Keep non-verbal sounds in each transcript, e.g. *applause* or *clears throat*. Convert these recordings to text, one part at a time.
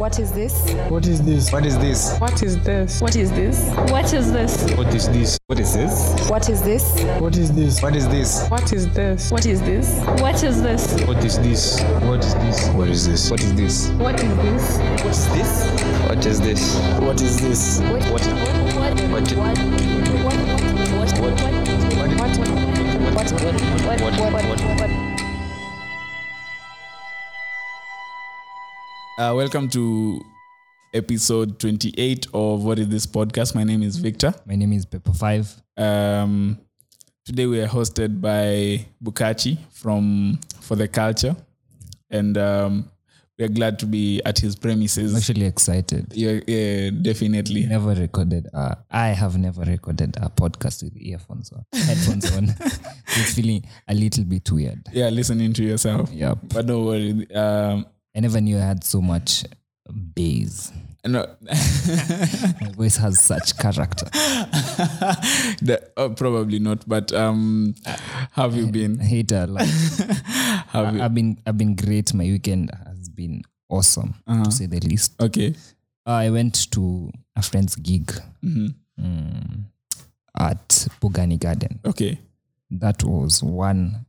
What is this? What is this? What is this? What is this? What is this? What is this? What is this? What is this? What is this? What is this? What is this? What is this? What is this? What is this? What is this? What is this? What is this? What is this? What is this? What's this? What is this? What is this? What? What? What? What? What? What? What? What? What? What? What? What? What? What? Uh, welcome to episode 28 of What is This Podcast. My name is Victor. My name is Pepper Five. Um, today we are hosted by Bukachi from For the Culture, and um, we are glad to be at his I'm premises. actually excited. Yeah, yeah, definitely. Never recorded. A, I have never recorded a podcast with earphones on, headphones on. *laughs* it's feeling a little bit weird. Yeah, listening to yourself. Yep. But don't worry. Um, *laughs* I never knew I had so much bass. no, My voice has such character. the, oh, probably not. But um, have you I been? hate it a lot. Have you? I've been I've been great. My weekend has been awesome to say the least. Okay. I went to a friend's gig mm, at Bugani Garden. Okay. that was one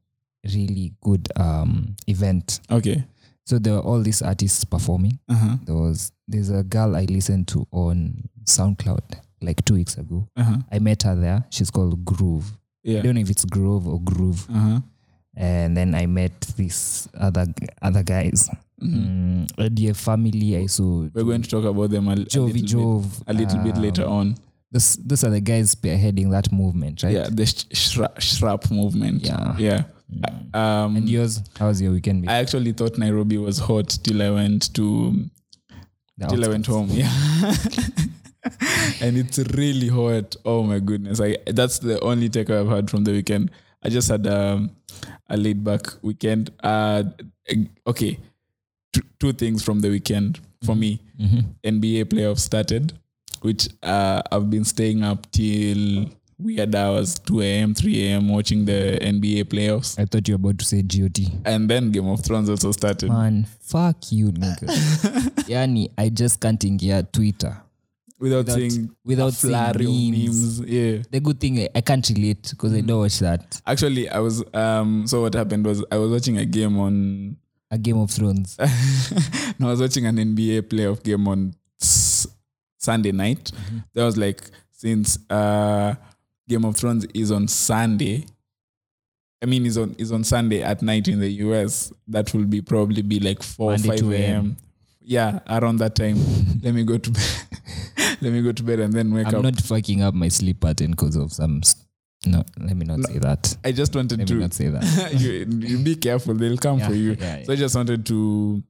really good um, event. Okay. So there were all these artists performing. Uh huh. There was there's a girl I listened to on SoundCloud like two weeks ago. Uh huh. I met her there. She's called Groove. I Yeah. don't know if it's Grove or Groove. Uh huh. And then I met these other g- other guys. Mm, Odia family. I saw Mm-hmm. We're going to talk about them a, a Jovi little, Jove. bit, a little bit um, later on. This, those are the guys spearheading that movement, right? Yeah, the sh- shra- shrap movement. Yeah. Mm. Yeah. Um, And yours? How was your weekend? I actually thought Nairobi was hot till I went to The till I outfit? went home. Yeah. *laughs* and it's really hot. Oh my goodness. I that's the only takeaway I've had from the weekend. I just had um, a laid back weekend. Uh okay. Two, two things from the weekend Mm-hmm. for me. NBA playoffs started, which uh, I've been staying up till weird hours, 2 a.m., 3 a.m., watching the NBA playoffs. I thought you were about to say GOT. And then Game of Thrones also started. man fuck *laughs* you nigga yani i just can't ingia twitter without, Without- seeing without a flurry seeing of memes. memes. Yeah. the good thing i, I can't relate because i don't watch that Actually, I was um. So what happened was I was watching a game on. a game of thrones *laughs* no, I was watching an NBA playoff game on s- Sunday night. Mm-hmm. That was like since uh, Game of Thrones is on Sunday. I mean, is on is on Sunday at night in the US. That will be probably be like four Monday, five 2 a.m. a.m.. Yeah, around that time. *laughs* let me go to bed. *laughs* let me go to bed and then wake i'm up. not fucking up my sleep pattern because of some s- no let me not say that I just wanted let to me not say *laughs* that you, you be careful they'll come Yeah, for you yeah, yeah. so i just wanted to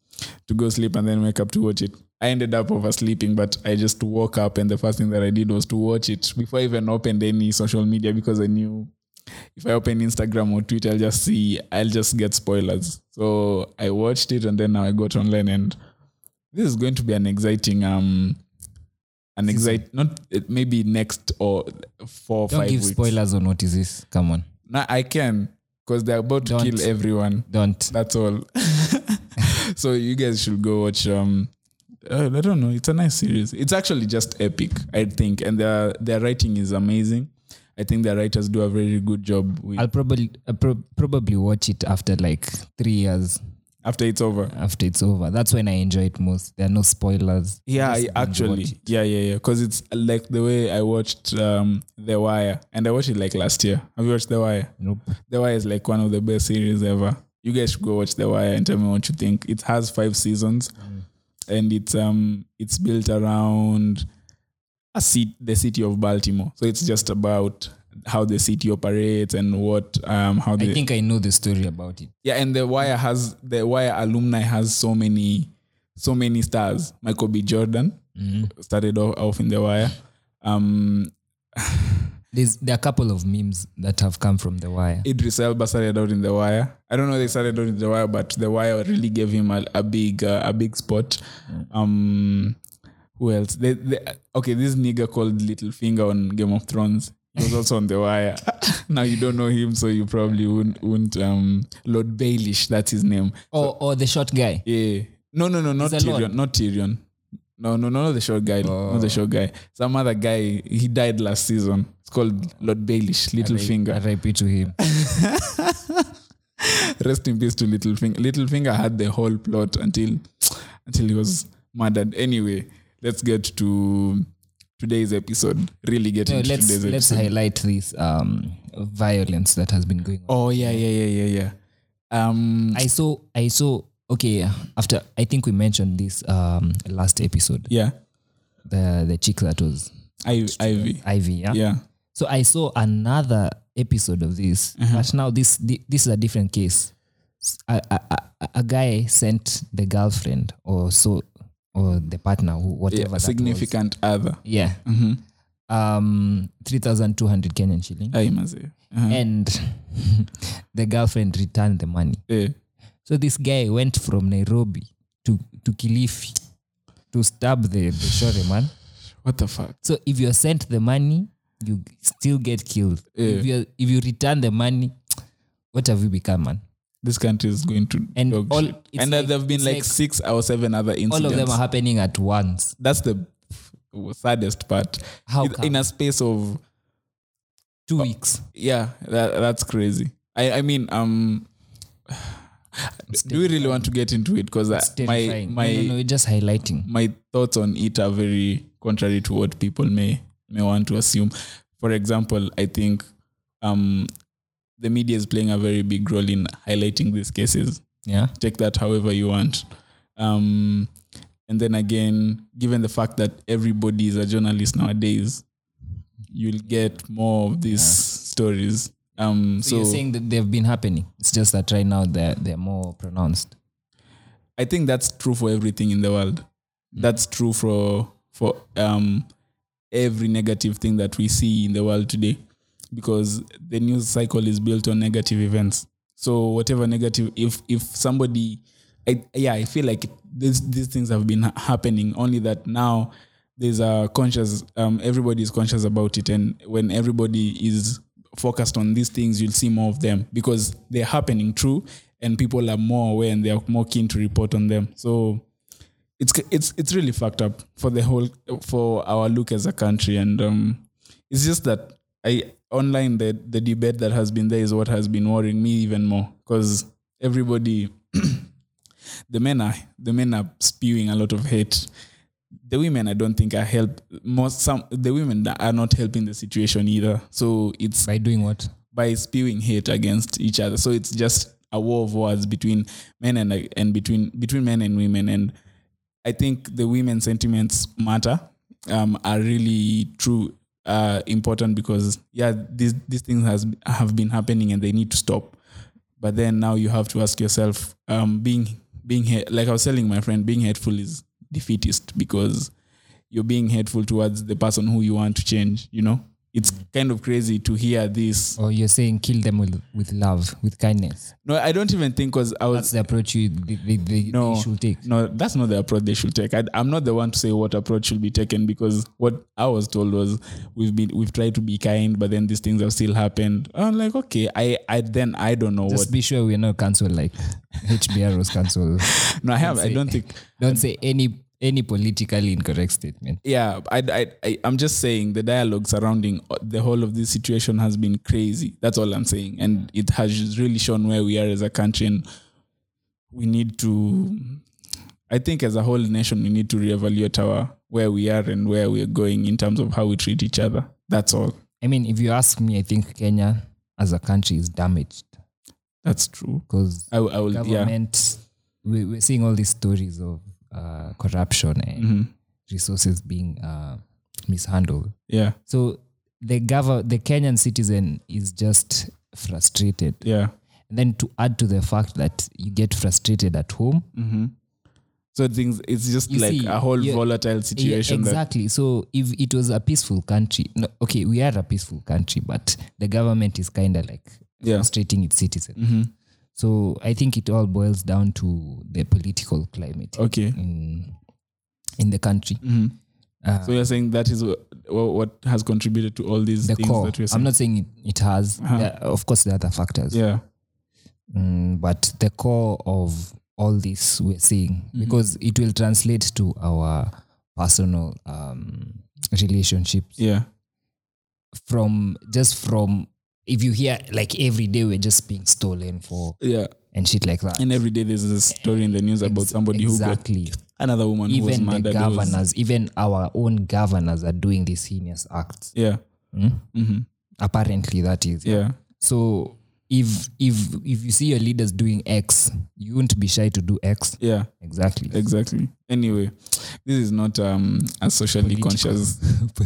to go sleep and then wake up to watch it i ended up oversleeping but i just woke up and the first thing that i did was to watch it before i even opened any social media because i knew if i open instagram or twitter i'll just see i'll just get spoilers so i watched it and then now i got online and this is going to be an exciting um an exciting not it maybe next or four or don't five give weeks spoilers on what is this come on no, I can because they're about to Don't. kill everyone. don't That's *laughs* all. so you guys should go watch. Um, uh, I don't know. It's a nice series. It's actually just epic, I think, and their their writing is amazing. I think their writers do a very good job with, i'll probably I'll pro- probably watch it after like three years after it's over. after it's over that's when i enjoy it most there are no spoilers Yeah, I Just binge actually. watch it. Yeah, yeah, yeah. Because it's like the way I watched um, The Wire, and I watched it like last year. Have you watched The Wire? nope The Wire is like one of the best series ever. You guys should go watch The Wire and tell me what you think. It has five seasons, and it's um it's built around a city, the city of Baltimore. So it's just about how the city operates and what um how i the think i know the story about it yeah and the Wire has the Wire alumni has so many so many stars. Michael B. Jordan Mm-hmm. started off, off in The Wire. Um, There's there are a couple of memes that have come from the wire. Idris Elba started out in the wire. I don't know if they started out in the wire, but the wire really gave him a, a big uh, a big spot. Mm. Um, who else? They, they, okay, this nigga called Littlefinger on Game of Thrones. He was also on the *laughs* wire. now you don't know him, so you probably wouldn't. wouldn't um, Lord Baelish, that's his name. or or Oh, the short guy. Yeah. No, no, no, not He's a Tyrion. lord. Oh. Not Tyrion. No, no, no, not the short guy. Not the short guy. Some other guy. He died last season. It's called Lord Baelish, Little Finger. RIP *laughs* to him. Rest in peace to Little Finger. Little Finger had the whole plot until until he was murdered. Anyway, let's get to today's episode. Really get No, into let's today's let's episode. highlight this um, violence that has been going on. Oh yeah, yeah, yeah, yeah, yeah. Um I saw I saw okay after I think we mentioned this um, last episode yeah. the the chick that was I Ivy. Ivy yeah? Yeah. so I saw another episode of this Uh-huh. but now this thi- this is a different case a, a, a, a guy sent the girlfriend or so or the partner who whatever yeah. that was. Significant Mm-hmm. other. yeah um 3200 Kenyan shilling I must say. Uh-huh. and *laughs* the girlfriend returned the money Yeah. So this guy went from Nairobi to, to Kilifi to stab the, the shore man. What the fuck? So if you're sent the money, you still get killed. Eh. If you if you return the money, what have you become, man? This country is going to And dog all- shit. it's and like- there have been it's like, like- six or seven other incidents. All of them are happening at once. That's the saddest part. How In- come? In a space of Two weeks. yeah, that, that's crazy. I I mean um. Do we really want to get into it? Because It's my terrifying. my no, no, no, we're just highlighting. my thoughts on it are very contrary to what people may may want to assume. For example, I think um, the media is playing a very big role in highlighting these cases. Yeah. Take that however you want. Um, and then again, given the fact that everybody is a journalist nowadays, you'll get more of these stories. Um, So, you're saying that they've been happening. It's just that right now they're they're more pronounced. I think that's true for everything in the world. That's true for for um every negative thing that we see in the world today because the news cycle is built on negative events. So whatever negative if if somebody I, yeah, I feel like it, these these things have been ha- happening only that now there's a conscious um everybody is conscious about it and when everybody is focused on these things you'll see more of them because they're happening true and people are more aware and they are more keen to report on them. So it's it's it's really fucked up for the whole for our look as a country and um it's just that i online the the debate that has been there is what has been worrying me even more because everybody *clears throat* the men are the men are spewing a lot of hate the women i don't think are help most some the women are not helping the situation either so it's By doing what? by spewing hate against each other. So it's just a war of words between men and and between between men and women. And I think the women's sentiments matter um, are really true uh, important because yeah, these these things has have been happening and they need to stop. But then now you have to ask yourself, um, being being hate, like I was telling my friend, being hateful is defeatist because you're being hateful towards the person who you want to change. You know, it's kind of crazy to hear this Or you're saying kill them with, with love, with kindness. No, I don't even think because I That's was the approach you they, they, they, no they should take. no. That's not the approach they should take. I, I'm not the one to say what approach should be taken because what I was told was we've been we've tried to be kind, but then these things have still happened. I'm like, okay, I I then I don't know Just be sure we're not cancelled like *laughs* HBR was cancelled. what. *laughs* No, I have. I say- don't think. Don't say any any politically incorrect statement. yeah I, I, I, i'm just saying the dialogue surrounding the whole of this situation has been crazy that's all i'm saying and it has really shown where we are as a country and we need to i think as a whole nation we need to reevaluate our where we are and where we are going in terms of how we treat each other that's all I mean, if you ask me, I think Kenya as a country is damaged that's true because i, will- I will Uh, yeah government we, we're seeing all these stories of uh, corruption and Mhm. resources being uh, mishandled. yeah So the gov- the Kenyan citizen is just frustrated. yeah And then to add to the fact that you get frustrated at home, so things it's just You like see, a whole yeah, volatile situation Yeah, that exactly. So if it was a peaceful country, no, okay, we are a peaceful country, but the government is kind of like Yeah. Mm-hmm. frustrating its citizens. So I think it all boils down to the political climate okay Mm-hmm. in in the country. Uh, so you're saying that is what, what has contributed to all these The things core. that we're saying Uh-huh. I'm not saying it, it has. There- of course, there are other factors, yeah Mm, but the Mm-hmm. core of all this we're seeing because it will translate to our personal um, relationships yeah from just from if you hear like every day we're just being stolen for yeah and shit like that. and every day there's a story in the news about somebody who exactly. got another woman who was Even the murdered who was- governors, even our own governors are doing these heinous acts. yeah Hmm? hmm Apparently, that is. yeah So if if if you see your leaders doing X, you won't be shy to do X. yeah Exactly. exactly anyway this is not um a socially *laughs* conscious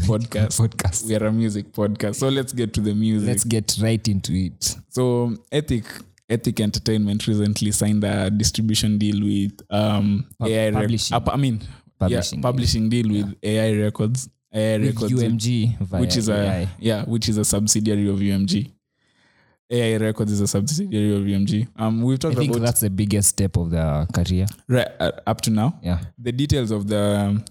podcast Podcast. we are a music podcast so let's get to the music Let's get right into it. so ethic ethic entertainment recently signed a distribution deal with um Pub- ai rec- publishing. uh, i mean Publishing yeah, deal. publishing deal with ai records ai With records UMG, via which is AI. a yeah, which is a subsidiary of UMG. AI Records is a subsidiary of UMG. Um, we've I talked think about that's the biggest step of their career. right, uh, up to now. Yeah. The details of the um,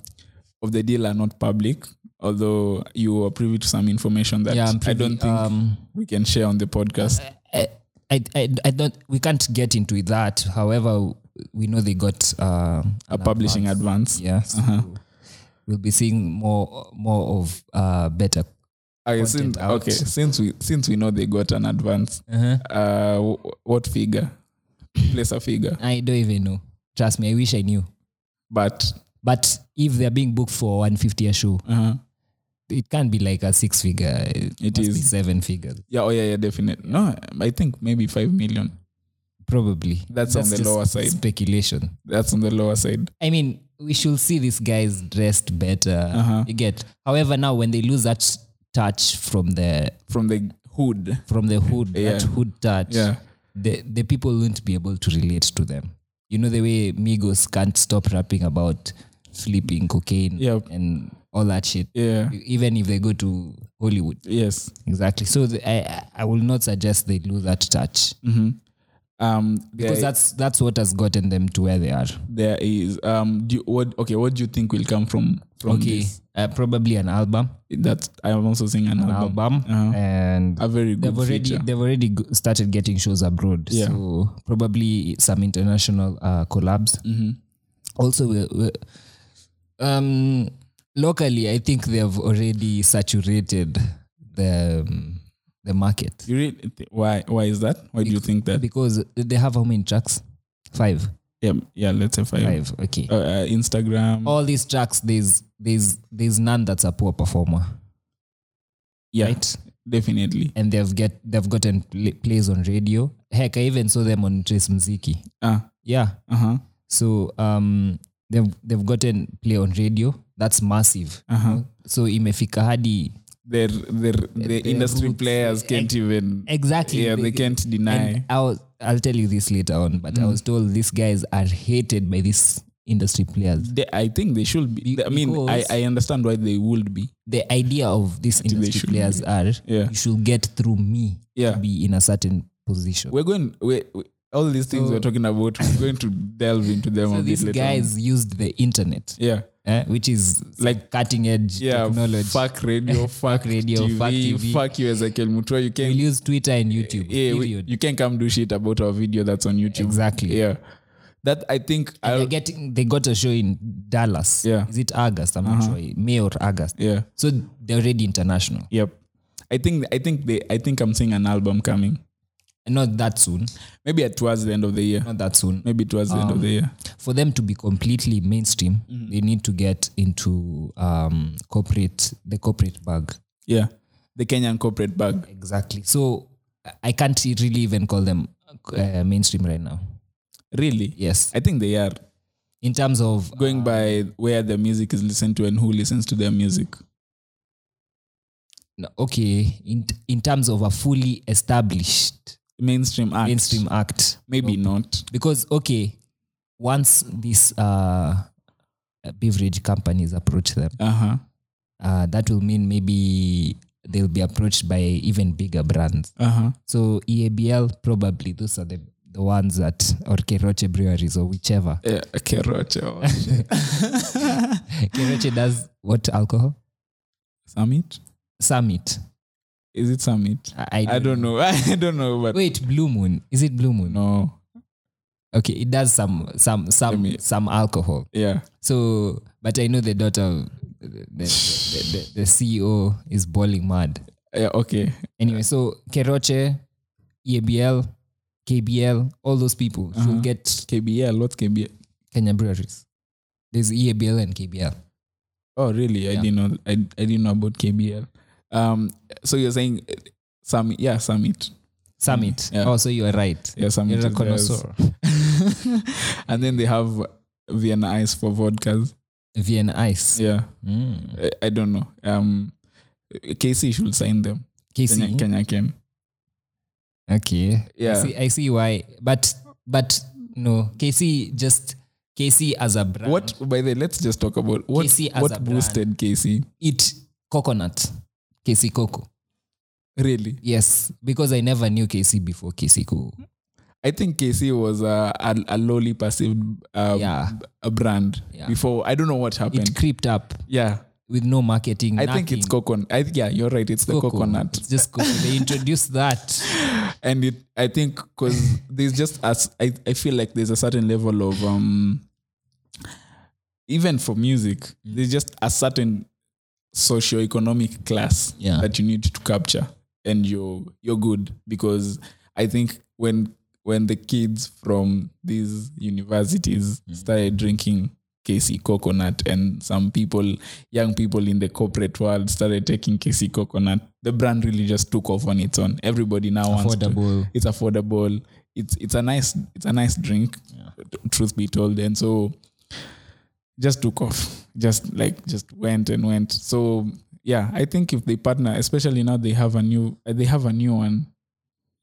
of the deal are not public, although you are privy to some information that yeah, I'm I pretty- don't think um, we can share on the podcast. I, I, I I don't. We can't get into that. However, we know they got uh, a publishing Uh-huh. advance. Yeah, so we'll be seeing more more of uh, better. Okay, since, Content out. okay, since we since we know they got an advance, Uh-huh. uh, w- what figure? Place a figure, I don't even know. Trust me, I wish I knew. but But if they're being booked for 150 a show, uh, it can't be like a six figure. It, It must be is. seven figures, yeah, oh yeah, yeah, definite. No, I think maybe five million. probably. That's on the just lower side. Speculation. that's on the lower side. I mean, we should see these guys dressed better. Uh-huh. You get. However, now when they lose that touch from the From the hood. from the hood, that Yeah. hood touch, Yeah. the the people won't be able to relate to them. You know the way Migos can't stop rapping about sleeping, cocaine, Yep. and all that shit. Yeah. Even if they go to Hollywood, Yes. exactly. So the, I I will not suggest they lose that touch Mm-hmm. Um because there, that's that's what has gotten them to where they are. there is um do you, what okay, what do you think will come from from Okay, this? uh, probably an album, That I am also seeing an, an album. album, Uh-huh. and A very good they've already feature. they've already g- started getting shows abroad Yeah. so probably some international uh, collabs Mm-hmm. also we we um locally i think they've already saturated the um, the market You really thi- why why is that? Why do you think that? because they have how many tracks five Yeah, yeah, let's say five. five okay Uh, uh, Instagram. all these tracks there's there's there's none that's a poor performer yeah, right definitely. and they've get they've gotten pl- plays on radio heck i even saw them on trace mziki Ah, yeah uh-huh. So um, they've they've gotten play on radio. That's massive. Uh-huh. So imefika hadi Their their the their industry roots, players eh, can't even exactly. Yeah, they can't And deny. I was, I'll tell you this later on, but I was told these guys are hated by these industry players. They, I think they should be. Be- I mean, I, because- I understand why they would be. The idea of these they industry should players are Yeah. you should get through me Yeah. to be in a certain position. we're going we, we, all these things we're talking about we're going to delve into them a so bit these later on. guys used the internet, yeah eh, which is like cutting edge yeah technology. fuck *laughs* radio fuck radio, TV, fuck TV. fuck you Ezekiel Mutua you We'll can use Twitter and YouTube. yeah, we- period. you can come do shit about our video that's on YouTube Exactly. yeah that I think And I they're getting they got a show in Dallas. Yeah. Uh-huh. Is it August? I'm not sure. May or August. yeah So they're already international. yep I think I think they I think I'm seeing an album coming Not that soon. maybe at towards the end of the year Not that soon. maybe towards the end Um, of the year For them to be completely mainstream, Mm-hmm. they need to get into um corporate the corporate bag. yeah the Kenyan corporate bag Exactly. So I- I can't really even call them uh, mainstream right now. really Yes. I think they are In terms of going by where the music is listened to and who listens to their music no, okay, in in terms of a fully established mainstream act. mainstream act. Maybe not. because okay once these uh beverage companies approach them Uh huh. uh, that will mean maybe they'll be approached by even bigger brands Uh huh. so E eabl probably those are the the ones that or keroche breweries or whichever *laughs* Yeah, Keroche *laughs* or keroche does what alcohol Summit? summit Is it Summit? i, *laughs* I don't know. I don't know, but wait blue moon is it blue moon no. okay it does some some some me- some alcohol Yeah. so but i know the daughter of the, the, the, the, the ceo is boiling mad Yeah. Okay. anyway so keroche E ebl kbl all those people Uh-huh. should get KBL. What's KBL? kenya breweries there's E ebl and kbl Oh, really? I Yeah. didn't know. I, I didn't know about KBL. Um. So you're saying uh, summit? Yeah, summit. summit Mm-hmm. Yeah. oh so you are right Yeah, summit. you're a is theirs. connoisseur *laughs* and then they have Vienna ice for vodkas. vienna ice Yeah. Mm. I, I don't know. Um. KC should sign them. KC. Kenya, Kenya can. Okay. I Yeah. see, I see why. But but no, KC just KC as a brand. What? By the way, let's just talk about what KC as a what brand. boosted KC. Eat coconut. KC coco. Really, Yes, because I never knew KC before KC coco. I think KC was a a, a lowly perceived uh, Yeah. b- a brand Yeah. before. I don't know what happened. It creeped up yeah, with no marketing. I think it's nothing. coconut. I, yeah, you're right. It's the Coco. coconut, It's just coco. they introduced that. and it. I think because there's just as I I feel like there's a certain level of um. Even for music, there's just a certain socioeconomic class Yeah. that you need to capture and you're you're good because i think when when the kids from these universities started drinking KC coconut and some people young people in the corporate world started taking KC coconut the brand really just took off on its own everybody now *laughs* wants to- Affordable. it's affordable it's it's a nice it's a nice drink t- truth be told and so just took off just like just went and went so yeah i think if they partner especially now they have a new uh, they have a new one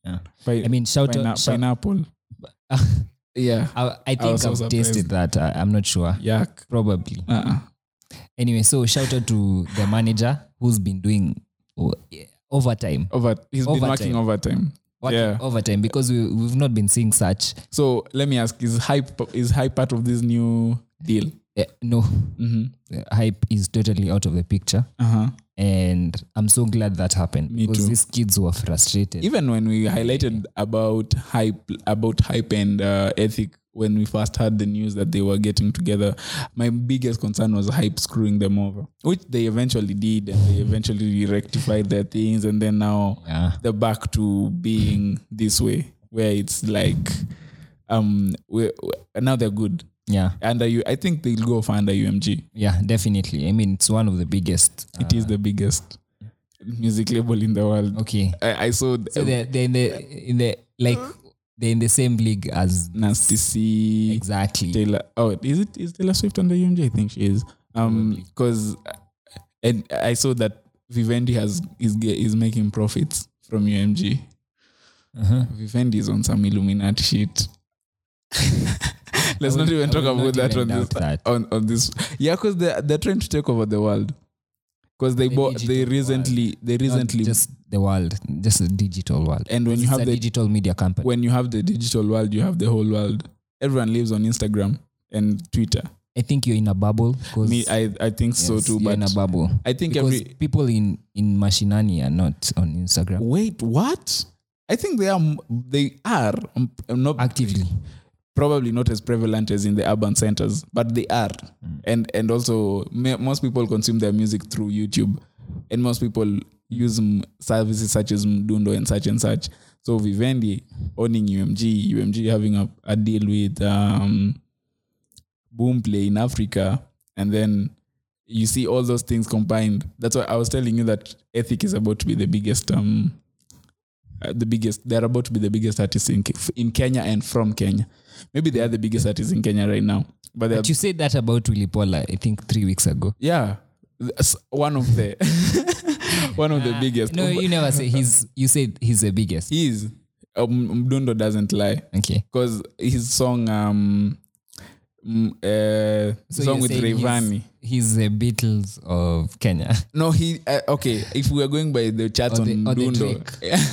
Yeah. Pi- I mean, shout pina- out. Shout, *laughs* pineapple yeah I, I think was so I've tasted that. I, I'm not sure. yak Probably. uh-uh. Anyway, so shout out to the manager who's been doing o- overtime. over he's been Overtime. working overtime Working Yeah. overtime because we, we've not been seeing such. so let me ask is hype is hype part of this new deal Eh, no, mm-hmm. the hype is totally out of the picture. uh-huh And I'm so glad that happened Me because too. these kids were frustrated. even when we highlighted about hype about hype and uh, ethic when we first heard the news that they were getting together my biggest concern was hype screwing them over which they eventually did and they eventually rectified their things and then now Yeah. they're back to being this way where it's like um we now they're good yeah, under you i think they'll go for under umg yeah, definitely. I mean, it's one of the biggest. uh, It is the biggest music label in the world Okay. I, I saw So they're, they're in the, in the, like, they're in the same league as nasty c exactly. Taylor. Oh, is it is Taylor Swift under UMG? I think she is. Um, because and I saw that Vivendi has is ge- is making profits from UMG. Uh-huh. Vivendi is on some Illuminati *laughs* shit. Let's I not will- even I talk will about not that even on this doubt that. on on this. Yeah, because they they're trying to take over the world. Because they The bought they digital recently they Not recently just the world, just the digital world. and when you It's have a the digital media company. when you have the digital world, you have the whole world. Everyone lives on Instagram and Twitter. I think you're in a bubble because Me, I I think so too. you're But in a bubble. I think because every people in in Mashinani are not on Instagram wait, what? I think they are m- they are um, not actively. probably not as prevalent as in the urban centers, but they are, Mm. and and also me- most people consume their music through YouTube, and most people use mm, services such as Mdundo and such and such. So Vivendi owning UMG, UMG having a, a deal with um, Boomplay in Africa, and then you see all those things combined. That's why I was telling you that Ethic is about to be the biggest. Um, uh, the biggest they're about to be the biggest artists in Ke- in Kenya and from Kenya. Maybe they are the biggest artists in Kenya right now, but they're But you said that about Willy Paula, I think three weeks ago. yeah, that's one of the *laughs* one of the biggest. No, you never say he's. You said he's the biggest. he is. Um, Mdundo doesn't lie Okay. because his song um mm, uh, So song you're with saying Rayvanny. He's the Beatles of *laughs* Kenya. No, he uh, okay. If we are going by the charts Or on the- or the Mdundo,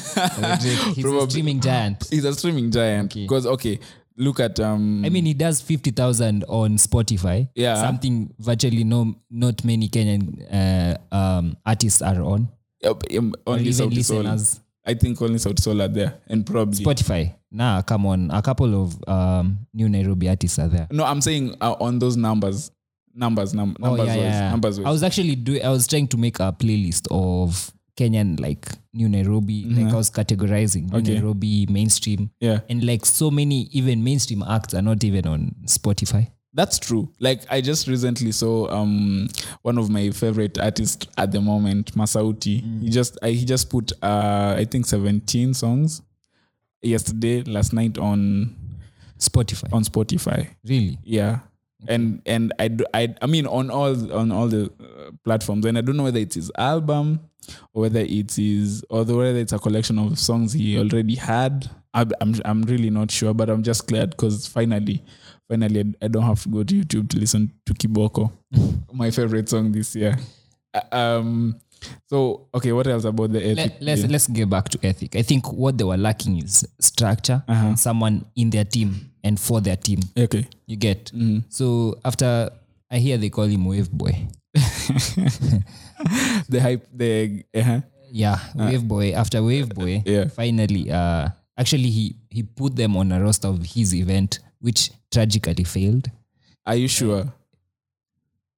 *laughs* Drake, he's a Probably. streaming giant. he's a streaming giant. Okay. Because okay, look at um. I mean, he does fifty thousand on Spotify. Yeah. Something virtually no, not many Kenyan uh, um, artists are on. uh, um, or only even Sauti Sol. listeners. I think only South Soul are there, and probably. Spotify. Nah, come on. A couple of um, new Nairobi artists are there. no, I'm saying uh, on those numbers, numbers, num- Oh, numbers, yeah, wise, yeah. numbers. Wise. I was actually doing. I was trying to make a playlist of Kenyan like New Nairobi. Like I was categorizing New Mm-hmm. Okay. Nairobi mainstream. Yeah. and like so many even mainstream acts are not even on Spotify. That's true. Like I just recently saw um one of my favorite artists at the moment, Masauti. He just I, he just put uh I think 17 songs yesterday last night on Spotify, on Spotify. really? Yeah. And and I, do, I I mean on all on all the uh, platforms and I don't know whether it's his album or whether it is or the- whether it's a collection of songs he already had. I, I'm I'm really not sure, but I'm just glad because finally, finally I, I don't have to go to YouTube to listen to *laughs* Kiboko, my favorite song this year. Uh, Um, so okay, what else about the epic? Let, let's let's get back to ethic. I think what they were lacking is structure, Uh-huh. and someone in their team and for their team. okay. *laughs* You get Mm-hmm. so after I hear they call him Wave Boy. *laughs* The hype. The uh-huh. Yeah, Wave Boy. After Wave Boy, *laughs* Yeah. finally, uh, actually he he put them on a roster of his event, which tragically failed. Are you sure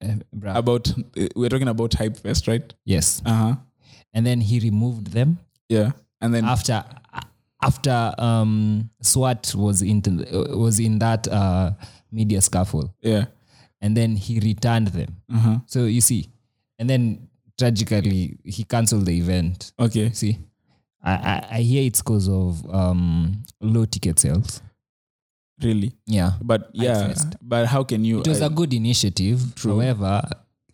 Uh, bruh. about? uh, We're talking about hype fest, right? yes, Uh huh. and then he removed them. Yeah, and then after after um SWAT was in was in that uh, media scaffold, yeah, Uh-huh. and then he returned them. So you see, and then tragically he cancelled the event. okay, You see, I I, I hear it's because of um low ticket sales. really. Yeah, But yeah, first. but how can you? it was I- a good initiative. True. However,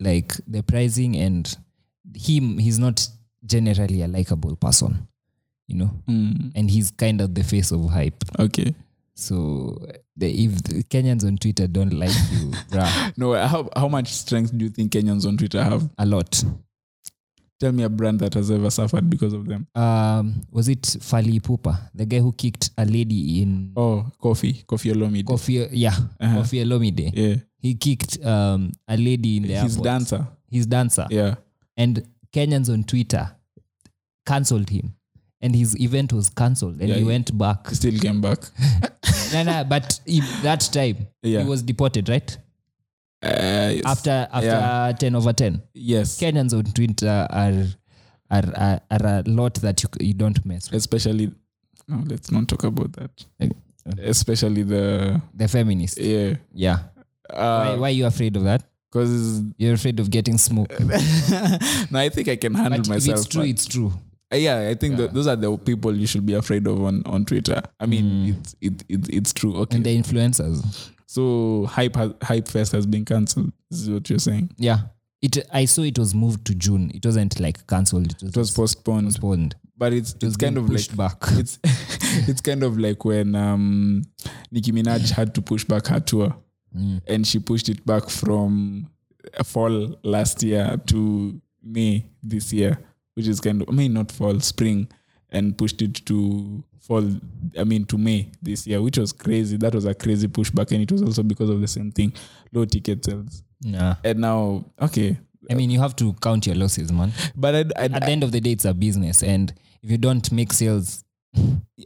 like the pricing and him, he's not generally a likable person, you know, Mm, and he's kind of the face of hype. okay. So the, if the Kenyans on Twitter don't like you, bruh, No, how how much strength do you think Kenyans on Twitter have? a lot. Tell me a brand that has ever suffered because of them. Um, was it Fali Pupa, the guy who kicked a lady in Oh, coffee, coffee Olomide. Kofi? Yeah, Uh-huh. Kofi Olomide. Yeah, He kicked um, a lady in the his airport. dancer. His dancer. Yeah, And Kenyans on Twitter cancelled him. And his event was cancelled, and Yeah, he he- went back. *laughs* he still came *laughs* back. no, no, but he, that time Yeah. he was deported, right? Uh, yes. After after Yeah. ten over ten. yes, Kenyans on Twitter are are, are, are a lot that you, you don't mess with. especially. No, let's not talk about that. Like, Especially the the feminists. yeah, Uh, Yeah. why, because why are you afraid of that? You're afraid of getting *laughs* smoked. no, I think I can Uh, handle But if myself. it's true, but- it's true. Uh, yeah i think that those are the people you should be afraid of on on twitter i mean it's it, it it's true okay And the influencers. so hype has, hype fest has been cancelled this is what you're saying Yeah. It I saw it was moved to June. It wasn't like cancelled. It was, it was postponed postponed. but it's it's kind being of like pushed back. *laughs* it's it's kind of like when um nicki minaj had to push back her tour and she pushed it back from fall last year to may this year which is kind of i mean not fall spring and pushed it to fall i mean to may this year which was crazy that was a crazy pushback and it was also because of the same thing low ticket sales *laughs* Nah. and now okay I mean you have to count your losses, man. but I, I, At the end of the day it's a business and if you don't make sales,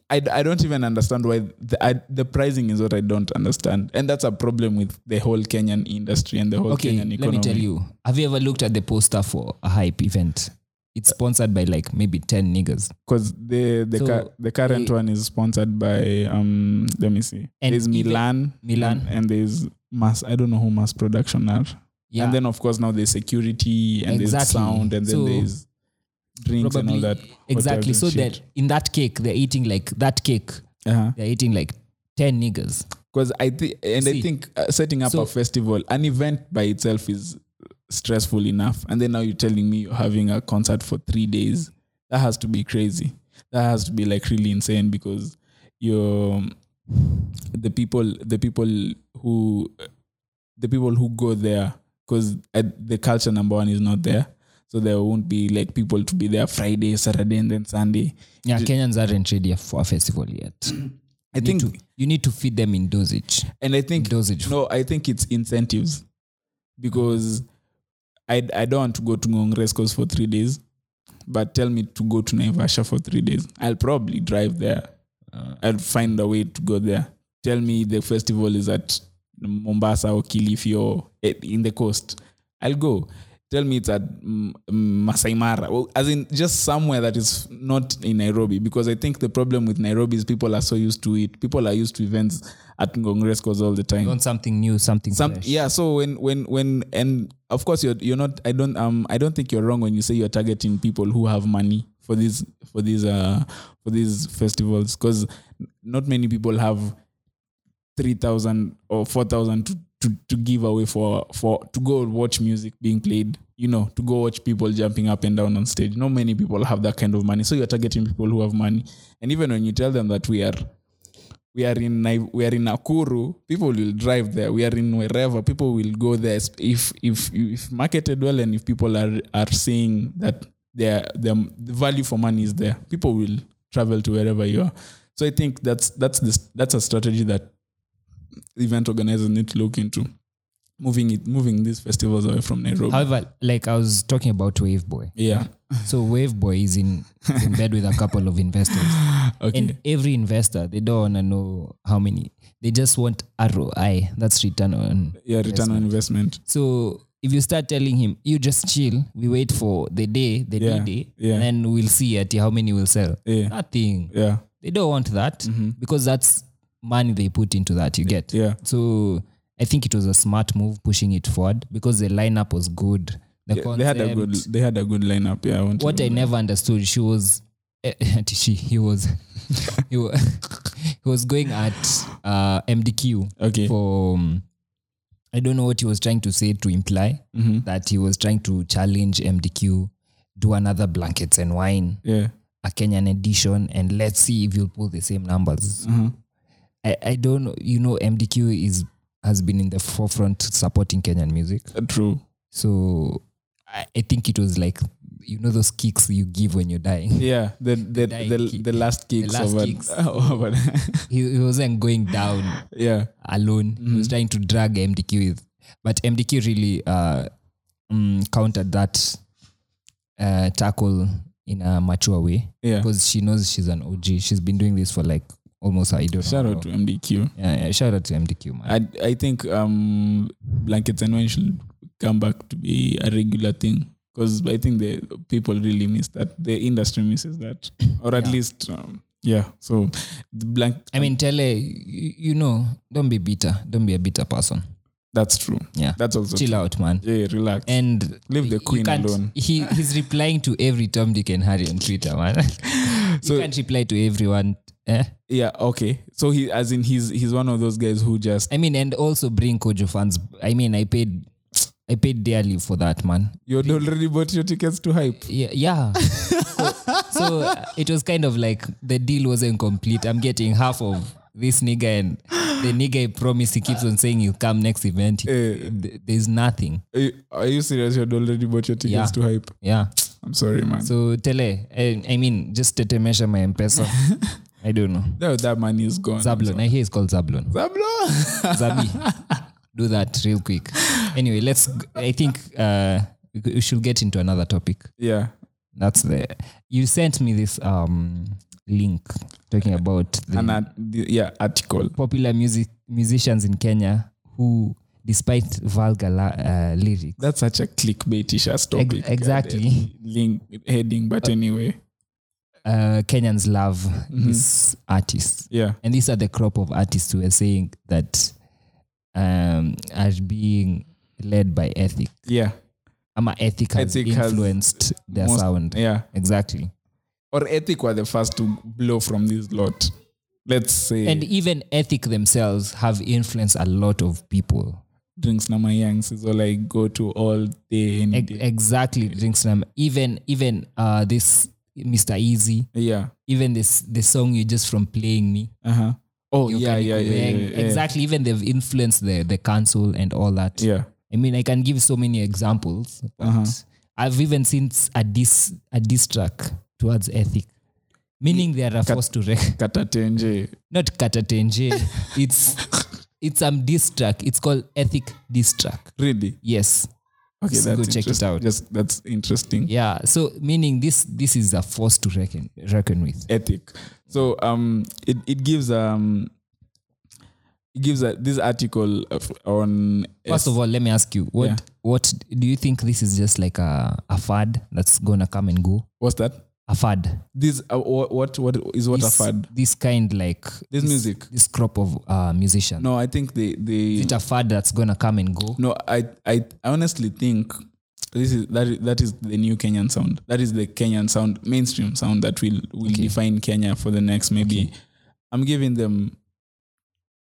I, I don't even understand why the, I, the pricing is what I don't understand. And that's a problem with the whole Kenyan industry and the whole okay, Kenyan economy. let me tell you. Have you ever looked at the poster for a hype event? It's Uh, sponsored by like maybe 10 niggas. Because the, the, So, cur- the current eh, one is sponsored by, um, let me see. And There's even- Milan. Milan. And, and there's Mass, I don't know who Mass Production are. Yeah. And then, of course, now there's security and there's Exactly. sound and then So, there's drinks and all that. exactly. So hotels and that in that cake, they're eating like that cake, shit. Uh-huh. they're eating like 10 niggas. because I think and See, I think uh, setting up so- a festival, an event by itself is stressful enough, and then now you're telling me you're having a concert for three days. That has to be crazy. That has to be like really insane because you're um, the people, the people who, the people who go there, because the culture number one is not there. So there won't be like people to be there Friday, Saturday, and then Sunday. Yeah, Kenyans aren't ready for a festival yet. I You need think to, you need to feed them in dosage. and I think Dosage. No, I think it's incentives because I I don't want to go to Ngongres 'cause for three days. but tell me to go to Naivasha for three days. I'll probably drive there. I'll find a way to go there. Tell me the festival is at Mombasa or Kilifi or eh, in the coast. I'll go. Tell me it's at mm, mm, Masai Mara, well, as in just somewhere that is not in Nairobi, because I think the problem with Nairobi is people are so used to it. People are used to events at Ngongrescos all the time. want something new, something Some, fresh. yeah. So when when when and of course you're you're not. I don't um I don't think you're wrong when you say you're targeting people who have money for these for these uh for these festivals because not many people have three thousand or four thousand to, to to give away for for to go watch music being played. You know, to go watch people jumping up and down on stage. Not many people have that kind of money. So you're targeting people who have money. And even when you tell them that we are we are in Nai- we are in Nakuru, people will drive there. We are in wherever people will go there Sp- if if if marketed well and if people are are seeing that their their the value for money is there, people will travel to wherever you are. So I think that's that's this that's a strategy that event organizers need to look into. Moving it moving these festivals away from Nairobi. However, like I was talking about Wave Boy. yeah. *laughs* So Wave Boy is in, is in bed with a couple of investors. Okay. And every investor, they don't want to know how many. They just want ROI. That's return on. yeah, return on investment. So if you start telling him, you just chill, we wait for the day, the Yeah, D day, yeah. and then we'll see at how many will sell. Yeah. Nothing. Yeah. They don't want that because that's money they put into that. You get. Mm-hmm. Yeah. So I think it was a smart move pushing it forward because the lineup was good. The Yeah, they had a good concept- they had a good lineup. Yeah. I want to- what I never understood, she was, *laughs* eh, she he was, he was, *laughs* he was going at uh, MDQ Okay. for. um, I don't know what he was trying to say to imply Mm-hmm. that he was trying to challenge MDQ, do another blankets and wine, yeah. a Kenyan edition, and let's see if you'll pull the same numbers. Mm-hmm. I, I don't know. You know, MDQ is has been in the forefront supporting Kenyan music. True. So I, I think it was like you know those kicks you give when you're dying. Yeah, the the dying the, kick. the last kicks last of *laughs* kicks. An, of an- *laughs* He, he wasn't going down yeah, alone. He Mm-hmm. was trying to drag MDQ with, but MDQ really uh, mm, countered that uh, tackle in a mature way yeah. because she knows she's an OG. She's been doing this for like almost I don't Shout know. out to how- MDQ. yeah, yeah, shout out to MDQ man. I I think um blankets and wine should come back to be a regular thing because I think the people really miss that. The industry misses that, or at Yeah. least um, yeah. So the blank. I mean, Tele, you, you know, don't be bitter. Don't be a bitter person. that's true. Yeah, That's also chill true. out, man. Yeah, relax. and Leave the you queen can't- alone. He he's replying to every Tom, Dick, and Harry on Twitter, man. *laughs* So- you can't reply to everyone. Eh? yeah, okay. So he, as in, he's he's one of those guys who just I mean, and also bring Kojo fans. I mean, I paid, I paid dearly for that, man. you had already bought your tickets to hype. Yeah, yeah. so, so uh, it was kind of like the deal wasn't complete. I'm getting half of this nigga, and the nigga I promised he keeps on saying he'll come next event. He- Eh. th- There's nothing. Are you, are you serious? You had already bought your tickets Yeah. to hype. Yeah. I'm sorry, man. So Tele, I, I mean, just Tete measure my M-Pesa. I don't know. that, that money is gone. Zablon. I hear it's called Zablon. Zablon. Zabi. Do that real quick. Anyway, let's. g- I think uh, we c- we should get into another topic. *laughs* yeah. That's the. You sent me this um link talking about the An art, the- yeah, article. popular music musicians in Kenya who, despite vulgar la, uh, lyrics, That's such a clickbaitish ass topic. Ex- exactly. God, eh, Link heading, but anyway. uh, Kenyans love these artists. Yeah. and these are the crop of artists who are saying that um are being led by ethic. Yeah. Ama ethic has Ethic has influenced their most- sound. Yeah. Exactly. Or Ethic were the first to blow from this lot. Let's say And even ethic themselves have influenced a lot of people. drinks Nama Yangs is all I go to all day. Any Ex- day. E- exactly. Drinks Nam- Even even uh this Mr. Easy, yeah. even this the song you just from playing me. Uh huh. Oh, Yo yeah, Kani yeah, yeah, yeah, Kubeng. yeah. Exactly. Even they've influenced the the council and all that. Yeah. I mean, I can give so many examples, but Uh-huh. I've even seen a dis a diss track towards ethic, meaning they are forced to rec- Katatenje. *laughs* not katatenje. it's it's some diss track. It's called ethic diss track. Really? Yes, Okay, So go that's check it interest- out. Just that's interesting. yeah so meaning this this is a force to reckon reckon with ethic. So um, it it gives um, it gives a, this article of, on uh, first of all let me ask you what Yeah. what do you think this is just like a a fad that's gonna come and go what's that? a fad This uh, wha- what what is what this, I've heard. this kind like This music? this crop of uh musicians No, I think they they is it a fad that's gonna come and go no I I I honestly think this is that is- that is the new Kenyan sound. That is the Kenyan sound mainstream sound that will will Okay. define Kenya for the next maybe. I'm giving them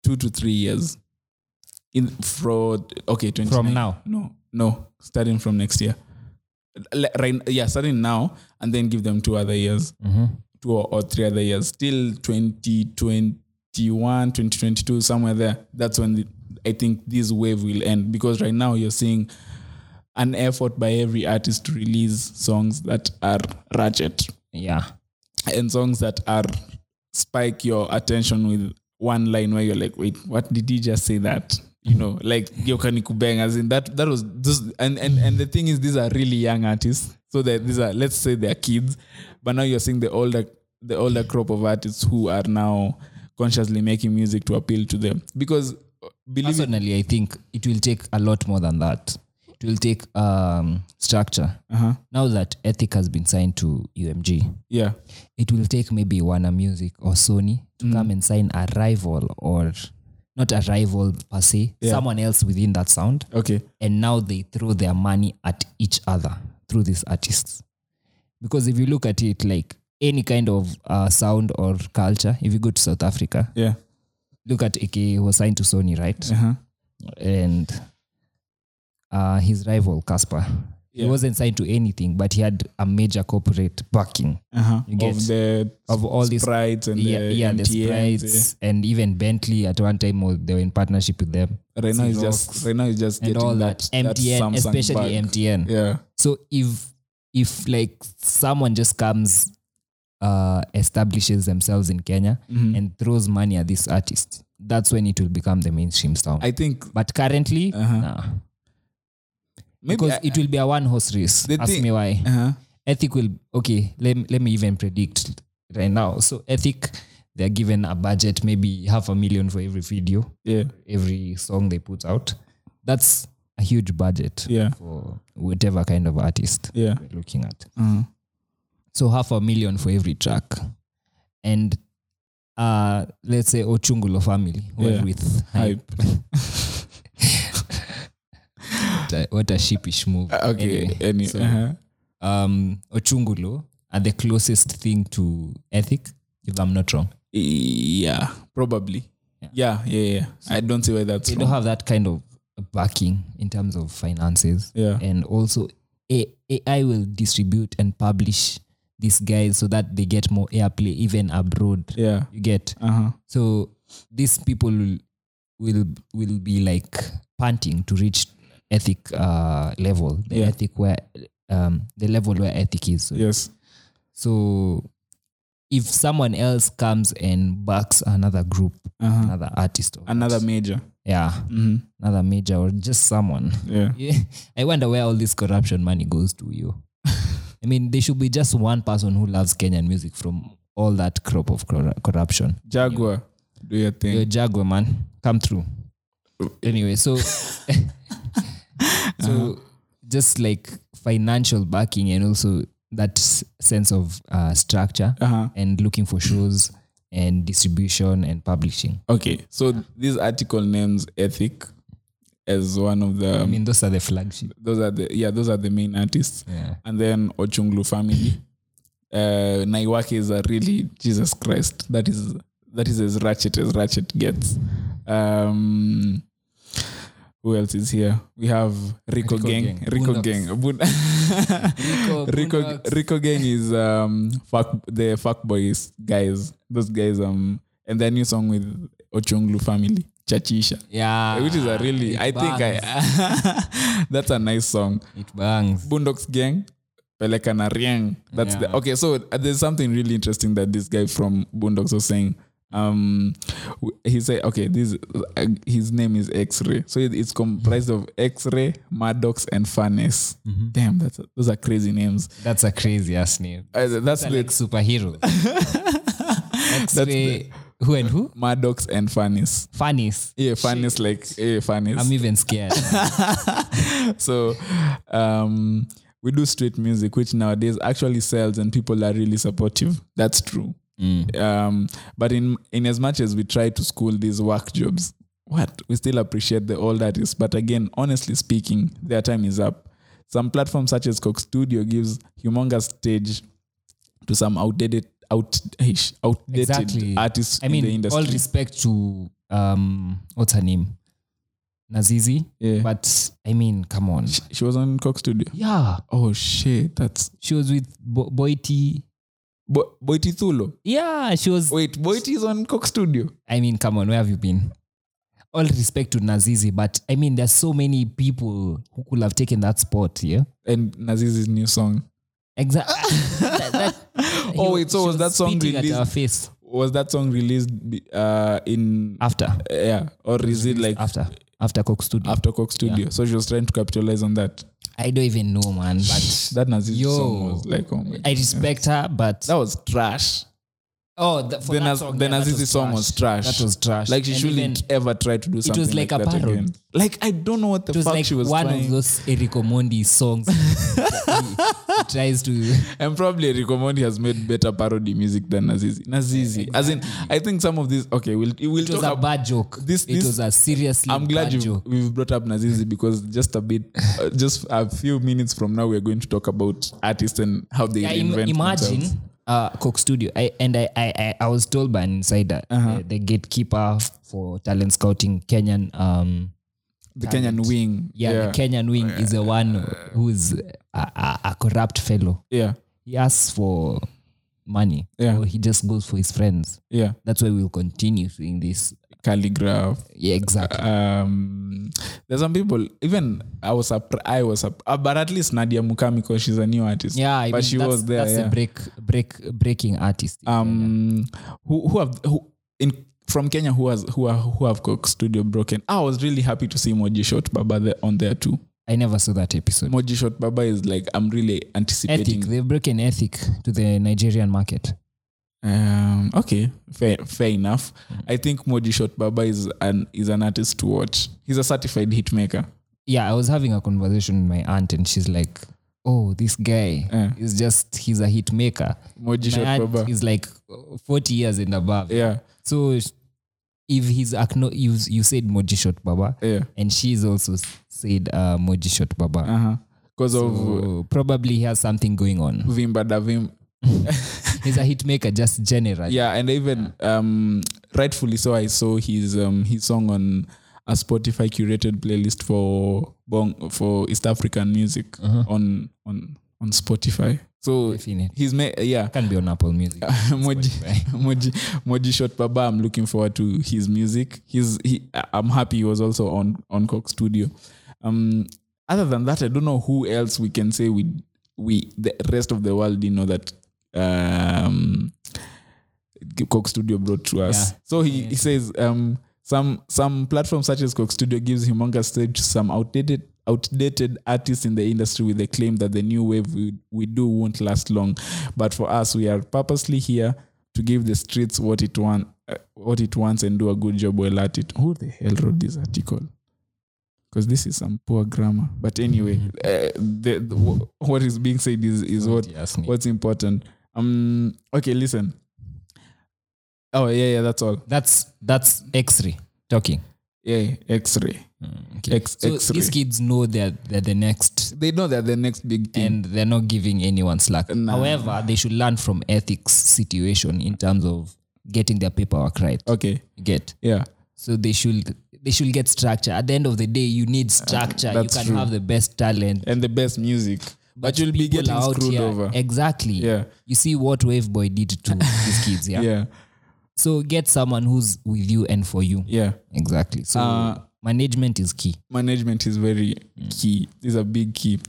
two to three years. In for okay, 29. now? No, no, starting from next year. L- Right, yeah, starting now, and then give them two other years, two or, or three other years, till 2021, 2022, somewhere there. That's when the, I think this wave will end because right now you're seeing an effort by every artist to release songs that are ratchet yeah and songs that are spike your attention with one line where you're like, wait, what did he just say that? You know, like Yokani Kubeng, as in that that was this and, and and the thing is these are really young artists. So that these are let's say they're kids, but now you're seeing the older the older crop of artists who are now consciously making music to appeal to them. Because uh, believe it, personally i think it will take a lot more than that it will take um structure uh-huh. now that ethic has been signed to umg Yeah. it will take maybe Warner Music or Sony to Mm. come and sign a rival or not a rival per se, Yeah. someone else within that sound. Okay. And now they throw their money at each other through these artists. Because if you look at it like any kind of uh, sound or culture, if you go to South Africa, Yeah. look at Ike who was signed to Sony, right? Uh-huh. And uh, his rival, Casper. Yeah. He wasn't signed to anything, but he had a major corporate backing Uh-huh. You get- Of the of all these sprites and yeah, the yeah, the MTNs, yeah. sprites and even Bentley at one time was- they were in partnership with them right now it's Xerox just right now it's just and getting all that, that, MTN, Samsung especially back. MTN. Yeah, So if if like someone just comes, uh, establishes themselves in Kenya Mm-hmm. and throws money at this artist, that's when it will become the mainstream sound. I think but currently, Uh-huh. nah. maybe because I- it will be a one horse race. The Ask thing- me why. uh-huh. Ethic will okay. Let me, let me even predict right now. So Ethic, they're given a budget, maybe half a million for every video. yeah, every song they put out. That's a huge budget yeah, for whatever kind of artist yeah, we're looking at. uh-huh. So half a million for every track. And uh let's say Ochungulo family who are Yeah. with hype. hype. What a- What a sheepish move. Uh, Okay, Anyway, any, so, uh-huh. um Ochungulo are the closest thing to ethic, if I'm not wrong. yeah, probably. Yeah. Yeah, yeah, yeah. I don't see why that's They wrong. don't have that kind of backing in terms of finances. yeah, and also A- AI will distribute and publish these guys so that they get more airplay even abroad. yeah, You get uh huh, so these people will will, will be like panting to reach ethic uh, level, the Yeah. ethic where um, the level where ethic is. So, yes, so if someone else comes and backs another group, uh huh. another artist, or Another major, yeah, mm-hmm. another major or just someone. *laughs* yeah, Yeah. I wonder where all this corruption money goes to you. *laughs* I mean, there should be just one person who loves Kenyan music from all that crop of corru- corruption. Jaguar, do your Your thing. Jaguar, man, come through. Anyway, so *laughs* Uh-huh. so just like financial backing and also that s- sense of uh, structure Uh huh. and looking for shows and distribution and publishing. Okay, so this article names ethic as one of the. I mean, those are the flagship. those are the yeah those are the main artists Yeah. and then ochunglu family uh naiwake is a really jesus christ that is that is as ratchet as ratchet gets um who else is here we have rico, Rico gang. Gang. rico Boondocks. gang Boon- *laughs* Rico, *laughs* rico Boondocks. rico gang is um fuck the fuck boys guys those guys um and their new song with ochunglu family chachisha Yeah. which is a really it i think i *laughs* that's a nice song bangs. It bangs. boondocks gang peleka na riang that's the Yeah. okay so uh, there's something really interesting that this guy from boondocks was saying um w- he said okay this uh, his name is x-ray so it- it's comprised of x-ray maddox and furnace damn that's those are crazy names That's a crazy ass name. Uh, that's It's the like *laughs* superhero. X-ray, who and who? maddox and furnace Funnies. yeah furnace like yeah furnace I'm even scared. so um we do street music which nowadays actually sells and people are really supportive that's true Mm. um but in in as much as we try to school these work jobs what we still appreciate the old artists but again honestly speaking their time is up some platforms such as cox studio gives humongous stage to some outdated out, ish, outdated Exactly. artists I mean, in the industry all respect to um, what's her name, Nazizi. Yeah. But I mean, come on. she, she was on cox studio Yeah, oh shit that's she was with Bo- Boiti. Bo- boiti thulo Yeah, she was. Wait, Boit is on Coke Studio. I mean, come on, where have you been? All respect to Nazizi, but I mean, there's so many people who could have taken that spot. Yeah, And Naziz's new song. *laughs* exactly. Oh, wait, so was that song at released- our face Was that song released be- uh, in. after? yeah. Or is it like after, after after Coke Studio. Coke Studio? So she was trying to capitalize on that. I don't even know, man. But That Naziz Yo. song was like. Oh my I respect her, but that was trash. Oh, the, for The, that Naz- song, the yeah, that Nazizi song was trash. That was trash. Like she And even- shouldn't ever try to do something like, like a that parody. again. Like I don't know what the It was fuck like she was one trying. of those Erico Mondi songs. *laughs* that he, he tries to. And probably Rico Mondi has made better parody music than Nazizi. Nazizi. As in, I think some of these. Okay, we'll, we'll It was talk a ab- bad joke. this- it this- was a seriously I'm glad bad you joke. we've brought up *laughs* Nazizi because just a bit, uh, just a few minutes from now, we're going to talk about artists and how they Yeah, im- reinvent imagine themselves. uh, Coke Studio. I, and I, I, I, I was told by an insider, Uh-huh. uh, the gatekeeper for talent scouting, Kenyan. Um, the Kenyan wing. yeah, the Kenyan wing is the one who's a, a, a corrupt fellow. yeah, He asks for money, Yeah. or he just goes for his friends. yeah. That's why we'll continue doing this. Calligraph. Yeah, exactly. Um, there's some people. Even I was surprised. I was surprised, uh, but at least Nadia Mukami because she's a new artist. yeah, I but mean, she that's, was there. That's yeah. a break, break, breaking artist. um who who have who in from Kenya who has who are, who have Coke Studio broken. I was really happy to see Moji Shot Baba there, on there too. I never saw that episode. Moji Shot Baba is like I'm really anticipating. Ethic. They've broken ethic to the Nigerian market. Um, okay, fair, fair enough. Mm-hmm. I think Moji Shot Baba is an is an artist to watch. He's a certified hit maker. Yeah, I was having a conversation with my aunt, and she's like, "Oh, this guy Eh. is just—he's a hit maker." Moji My Shot aunt Baba, is like forty years and above. yeah, So, sh- if he's acknow- you you said Moji Shot Baba, yeah, and she's also s- said uh, Moji Shot Baba. uh huh. Because of So probably he has something going *laughs* on. Vimba Davim, He's a hit maker, just generally. yeah, and even um, rightfully so, I saw his um, his song on a Spotify curated playlist for bong for East African music on on on Spotify. So Uh-huh. Definitely. he's ma- yeah. Can be on Apple Music. *laughs* Moji, *laughs* Moji, Moji Shot Baba. I'm looking forward to his music. He's he, I- I'm happy he was also on on Coke Studio. Um, other than that, I don't know who else we can say we we the rest of the world didn't know that um, Coke Studio brought to us. Yeah. So he, he says um, some some platform such as Coke Studio gives humongous stage to some outdated outdated artists in the industry with the claim that the new wave we, we do won't last long. But for us, we are purposely here to give the streets what it want uh, what it wants and do a good job well at it. Who the hell Mm-hmm. wrote this article? Because this is some poor grammar. But anyway, Mm-hmm. uh, the, the, wh- what is being said is, is what Yes, me. what's important um okay listen oh yeah yeah that's all That's that's X-ray talking. Mm, yeah x-ray X- so X-ray. these kids know they're they're the next, they know they're the next big thing and they're not giving anyone slack. Nah. However, they should learn from ethics situation in terms of getting their paperwork right. okay You Get yeah so they should they should get structure. At the end of the day, you need structure. you Uh, that's can true. have the best talent, and the best music but, you'll be people getting are out screwed here- over Exactly. Yeah. You see what Wave Boy did *laughs* to these kids. Yeah. yeah So get someone who's with you and for you. yeah Exactly. So Uh, management is key. management is very Mm. key is a big key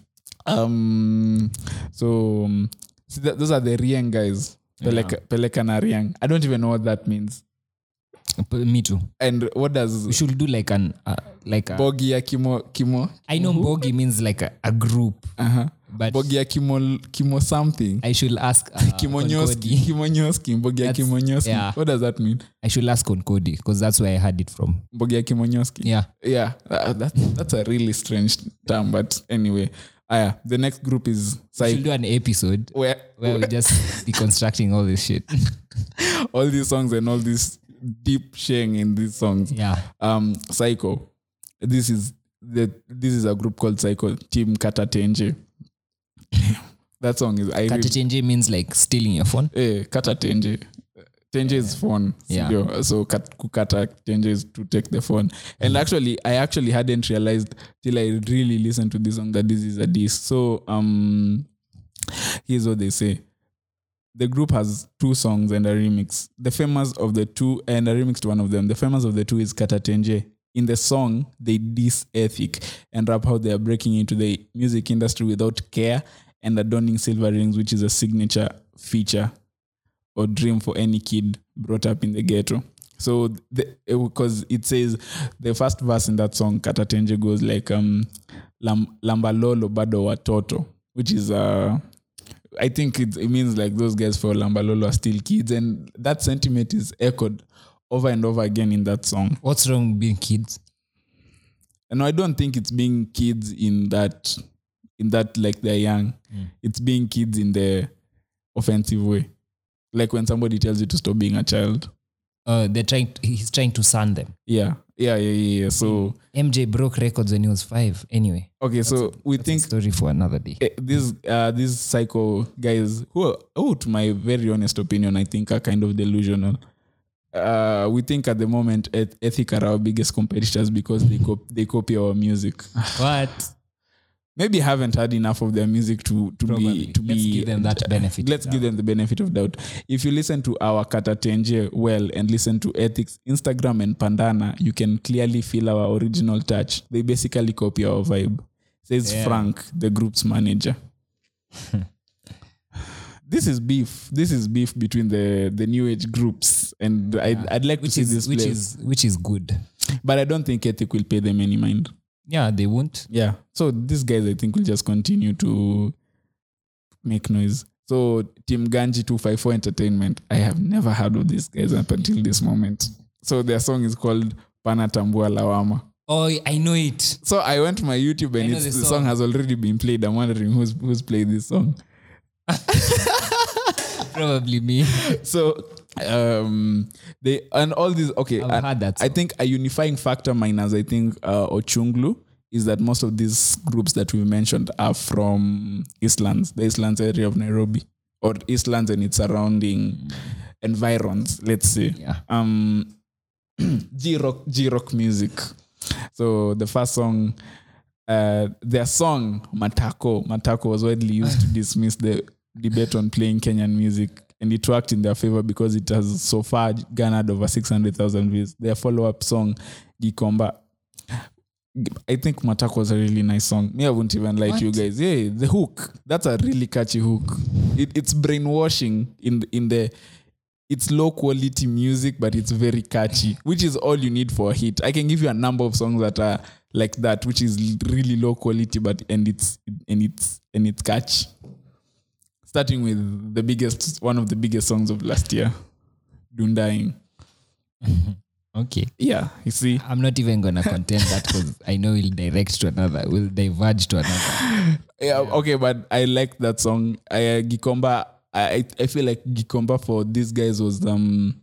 um so um, so that, those are the riang guys Peleka, Pelekan Ariang. I don't even know what that means. P- Me too. and what We does should do like an uh, like a. bogia kimo kimo I know bogi means like a, a group, uh-huh. but bogia kimo kimo something I should ask *laughs* uh, kimonyoski Konkodi. kimonyoski bogia That's- kimonyoski yeah. what does that mean I should ask on Cody because that's where I had it from. bogia kimonyoski Yeah. yeah that, that, that's a really strange term but anyway aya the next group is We should psych do an episode where, where we're *laughs* just deconstructing all this shit. *laughs* all these songs and all this deep sharing in these songs Yeah. um psycho this is the this is a group called psycho team katatenje *laughs* that song is i really- Katatenje means like stealing your phone. eh, kata tenje tenje is phone Yeah. sindio? so kat, kukata tenje is to take the phone Mm. and actually i actually hadn't realized till i really listened to this song that this is a diss so um here's what they say the group has two songs and a remix. The famous of the two and a remix to one of them. The famous of the two is Katatenje. In the song, they diss ethic and rap how they are breaking into the music industry without care and adorning silver rings, which is a signature feature or dream for any kid brought up in the ghetto. So, because it says the first verse in that song, Katatenje goes like, um, Lam- Lambalolo Bado Watoto, which is uh, I think it, it means like those guys for Lambalolo are still kids, and that sentiment is echoed over and over again in that song. What's wrong with being kids? And I don't think it's being kids in that, in that like they're young. It's being kids in the offensive way, like when somebody tells you to stop being a child. Uh, they're trying. he's trying to sun them. Yeah, yeah, yeah, yeah. yeah. So MJ broke records when he was five. Anyway, okay, so we that's think a story for another day. eh, these uh, these psycho guys who, are, who, to my very honest opinion, I think are kind of delusional. Uh, we think at the moment eth- Ethic are our biggest competitors because they cop- they copy our music. What? Maybe haven't had enough of their music to to Probably. be to Let's be. give them that benefit. Let's give them the benefit of doubt. If you listen to our Katatenje well and listen to Ethics Instagram and Pandana, you can clearly feel our original touch. They basically copy our vibe. Says Yeah. Frank, the group's *laughs* manager. this is beef. This is beef between the the new age groups, and I'd, I'd like to which *laughs* see is this which place. is which is good. but I don't think Ethic will pay them any mind. Yeah, they won't. Yeah. So these guys, I think, will just continue to make noise. So Team Ganji 254 Entertainment, I have never heard of these guys up until this moment. So their song is called Panatambua Lawama. Oh, I know it. So I went to my YouTube I and know it's, the the song. song. has already been played. I'm wondering who's who's played this song. *laughs* Probably me. So um they and all these okay. I've and heard that I song. think a unifying factor minus I think uh, Ochunglu is that most of these groups that we mentioned are from Eastlands, the Eastlands area of Nairobi, or Eastlands and its surrounding environs. Let's say Yeah. um *clears throat* G rock G rock music. So the first song uh, their song Matako Matako was widely used to dismiss the debate on playing Kenyan music and it worked in their favor because it has so far garnered over 600,000 views. Their follow-up song Gikomba I think Matako was a really nice song. Me, I wouldn't even like you guys. Yeah, the hook. That's a really catchy hook. It, it's brainwashing in the- in the it's low quality music, but it's very catchy, which is all you need for a hit. I can give you a number of songs that are like that, which is l- really low quality, but and it's and it's and it's catchy. Starting with the biggest, one of the biggest songs of last year, Dundying. Okay. Yeah, you see, I'm not even gonna contend that because I know we'll direct to another. We'll diverge to another. yeah, okay, but I like that song. I uh, Gikomba. I I feel like Gikomba for these guys was um.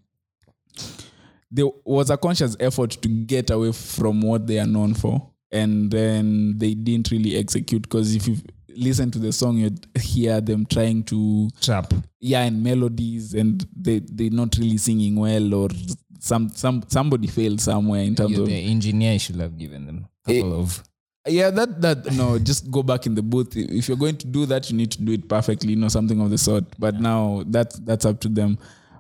There was a conscious effort to get away from what they are known for, and then they didn't really execute. Because if you listen to the song, you'd hear them trying to Trap. yeah and melodies and they they're not really singing well or some some somebody failed somewhere in terms You, of the engineer should have given them a couple of yeah that that no just go back in the booth if you're going to do that you need to do it perfectly you know something of the sort but now that's that's up to them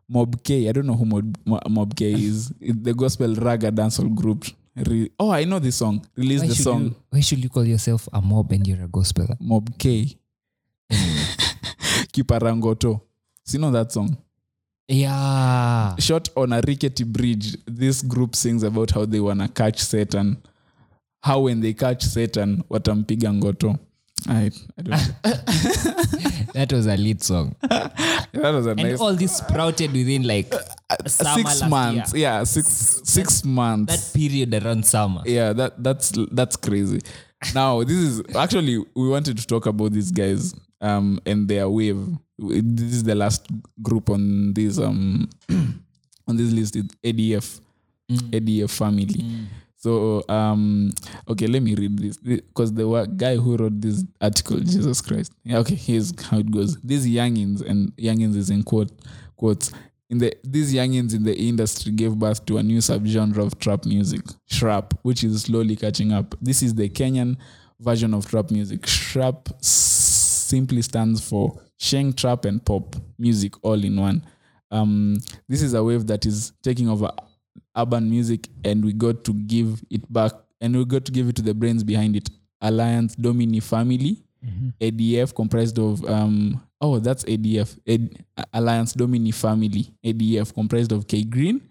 mob k i don't know who mob, Mo- mob k is It- the gospel raga dancehall group Re- oh i know this song release why the should song You, why should you call yourself a mob and you're a gospeler? *laughs* mob k kiparangoto so you know that song yeah *laughs* shot on a rickety bridge, this group sings about how they wanna catch Satan. How when they catch Satan, watampiga ngoto. I, I don't that was a lead song that was a and nice Uh, all this sprouted within like summer six last months. year. Yeah, six six months. that period around summer yeah that that's that's crazy now this is actually we wanted to talk about these guys um and their wave this is the last group on this um *clears throat* on this list is adf Mm. adf family so um okay let me read this because the wa- guy who wrote this article jesus christ yeah, okay here's how it goes these youngins and youngins is in quote quotes in the these youngins in the industry gave birth to a new subgenre of trap music, shrap, which is slowly catching up. This is the Kenyan version of trap music. Shrap s- simply stands for sheng trap and pop music all in one. Um, this is a wave that is taking over urban music, and we got to give it back, and we got to give it to the brains behind it. Alliance Domini Family, ADF comprised of um oh that's ADF Ad, Alliance Domini Family ADF comprised of K Green,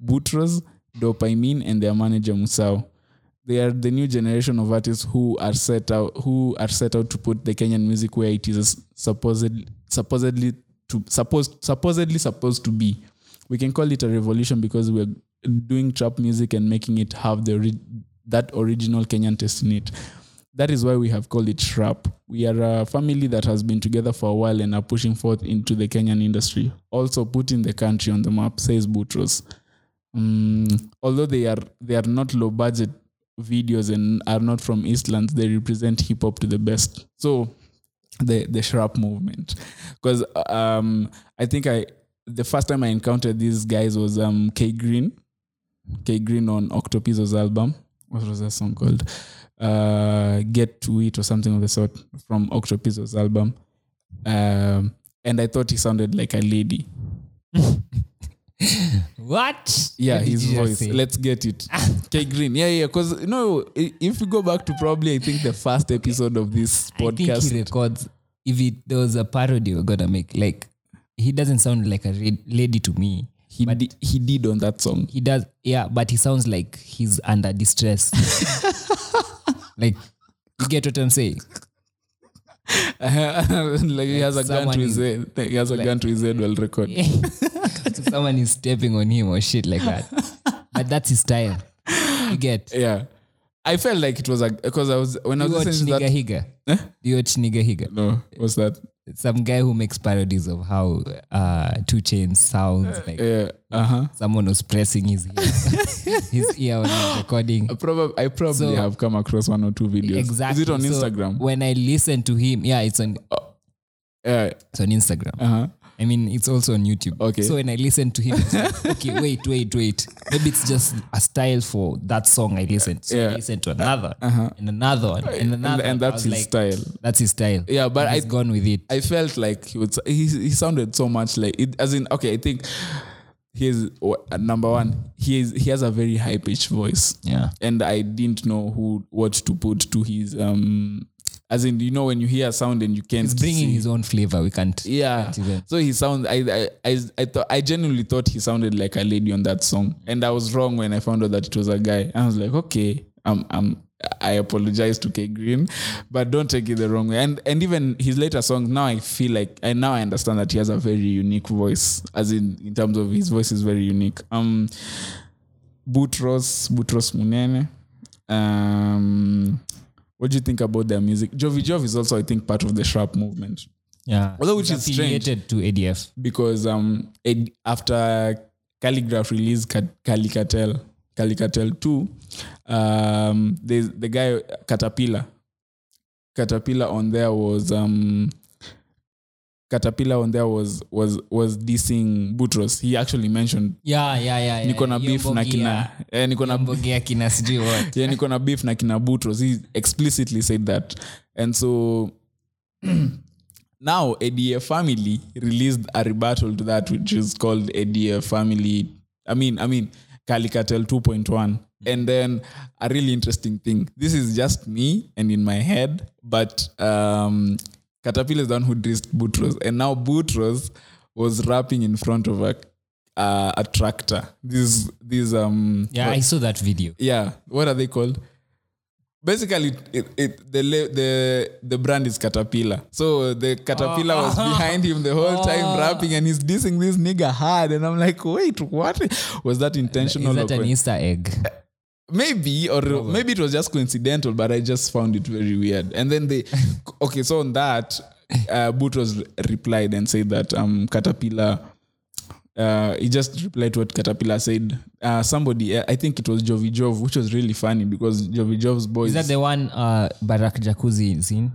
Butros, Dopamine, and their manager Musau. They are the new generation of artists who are set out who are set out to put the Kenyan music where it is supposedly supposedly to supposed supposedly supposed to be. We can call it a revolution because we're doing trap music and making it have the ori- that original Kenyan taste in it. That is why we have called it Shrap. We are a family that has been together for a while and are pushing forth into the Kenyan industry, also putting the country on the map, says Butros. Mm, although they are they are not low budget videos and are not from Eastlands, they represent hip hop to the best. So the the Shrap movement, because um, I think I the first time I encountered these guys was um, K Green, K Green on Octopizzo's album. What was that song called? uh, Get to It or something of the sort from Octopizzo's album. Um, and I thought he sounded like a lady. what Yeah, What did his you just voice. say? Let's get *laughs* it. K Green. Yeah, yeah. Because, you know, i- if you go back to probably, I think, the first episode of this I think podcast. he records if it, there was a parody we're gonna make like he doesn't sound like a re- lady to me He, di- he did on that *laughs* song. *laughs* he does yeah but he sounds like he's *laughs* under distress like you get what i'm saying *laughs* like he has a gun someone to his is- head. He has a gun to his head *laughs* while recording. so someone is stepping on him or shit like that but that's his style you get Yeah. I felt like it was a because I was when I do you was watch listening nigga to that. Eh? higa do you watch nigga higa No, what's that? some guy who makes parodies of how uh two chains sounds like Yeah, uh huh. someone was pressing his ear, *laughs* his ear on his recording. *gasps* I probably, I probably So- have come across one or two videos. Exactly. Is it on So Instagram? Oh. when I listen to him, yeah, it's on Yeah. it's on Instagram. Uh huh. I mean, it's also on YouTube. Okay. So when I listen to him, it's *laughs* like, okay, wait, wait, wait. Maybe it's just a style for that song I listened. So I Yeah. Uh-huh. listened to another and another one and And, another. and I that's was his like, style. That's his style. Yeah, but He's I- gone with it. I felt like he would. He, he sounded so much like it. As in, okay, I think he's number one. He is, he has a very high pitched voice. yeah. and I didn't know who what to put to his um as in you know when you hear a sound and you can't He's bringing see. his own flavor. We can't. yeah even- so he sound I I I, I, thought, I genuinely thought he sounded like a lady on that song and I was wrong when I found out that it was a guy I was like okay I'm I'm I apologize to K Green but don't take it the wrong way and and even his later songs now I feel like and now I understand that he has a very unique voice as in in terms of his voice is very unique um Butros, Butros Munene. Um, what do you think about their music? Jovi Jov is also, I think, part of the Shrap movement Yeah. Although which He's is strange. affiliated to ADF. because um, it, after Calligraph released Cat- Calicatel, Calicatel 2, um, there's the guy, Caterpillar. Caterpillar on there was. Um, Caterpillar on there was was was dissing Butros. He actually mentioned Yeah, yeah, yeah. yeah. niko na beef na Yombogia. kina eh, niko na Yombogia kina sijui *laughs* what. yeah, niko na beef na kina Butros. He explicitly said that. And so *clears throat* now ADF Family released a rebuttal to that, which is called ADF Family. I mean, I mean, Calicatel 2.1. And then a really interesting thing. This is just me and in my head, but um, Caterpillar is the one who dissed Butros. And now Butros was rapping in front of a uh, a tractor. These these um Yeah, I saw that video. yeah what are they called basically it, it, the la- the the brand is caterpillar so the caterpillar was Oh. behind him the whole time rapping and he's dissing this nigga hard and i'm like wait what was that intentional Is or that an coin- Easter egg? maybe or maybe it was just coincidental but i just found it very weird and then *laughs* they okay so on that uh, Boutros replied and said that um caterpillar uh, he just replied to what Caterpillar said. Uh, somebody, uh, I think it was Jovi Jov, which was really funny because Jovi Jov's boys. Is that the one uh, Barack Jacuzzi is in?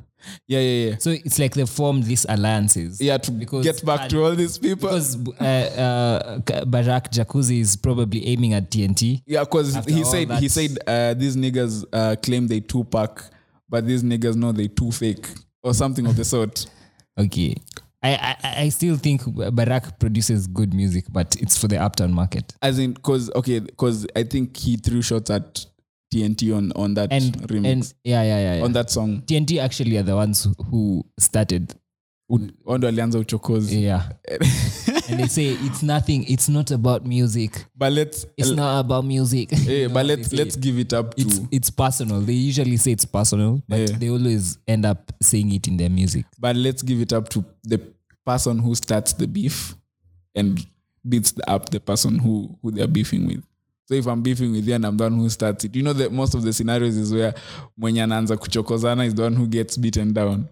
yeah, yeah, yeah. So it's like they formed these alliances. Yeah, to Because- get back to all these people. Because uh, uh, Barack Jacuzzi is probably aiming at TNT. yeah, because after he all said that- he said uh, these niggas uh, claim they two pack, but these niggas know they two fake or something of the sort. Okay. I, I, I- I still think Barack produces good music, but it's for the uptown market. As in, cause okay, cause I think he threw shots at TNT on on that And, remix and yeah, yeah, yeah. yeah. on that song. TNT actually are the ones who- who started. Ondo alianza uchokozi. *laughs* Yeah. and they say it's nothing, it's not about music. But let's It's not *laughs* about music. eh, No, but they let's say let's give it up to it's it's personal. They usually say it's personal, but Yeah. they always end up saying it in their music. but let's give it up to the person who starts the beef and beats up the person who who they're beefing with so if i'm beefing with you and i'm the one who starts it you know that most of the scenarios is where mwenye anaanza kuchokozana is the one who gets beaten down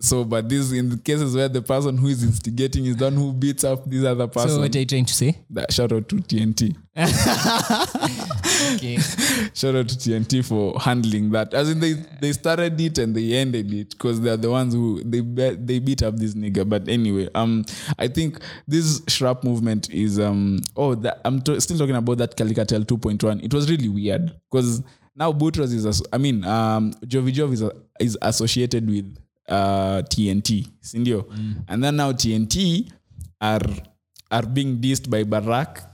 so but this in the cases where the person who is instigating is the one who beats up this other person So what are you trying to say? That- shout out to tnt *laughs* Okay. shout out to TNT for handling that. As in, they they started it and they ended it because they're the ones who they be- they beat up this nigga. But anyway, um, I think this shrap movement is um oh that, I'm t- still talking about that Calicatel 2.1. It was really weird because now Boutros is as- I mean um Jovi Jov is a- is associated with uh TNT, Sindio, and then now TNT are are being dissed by Barack.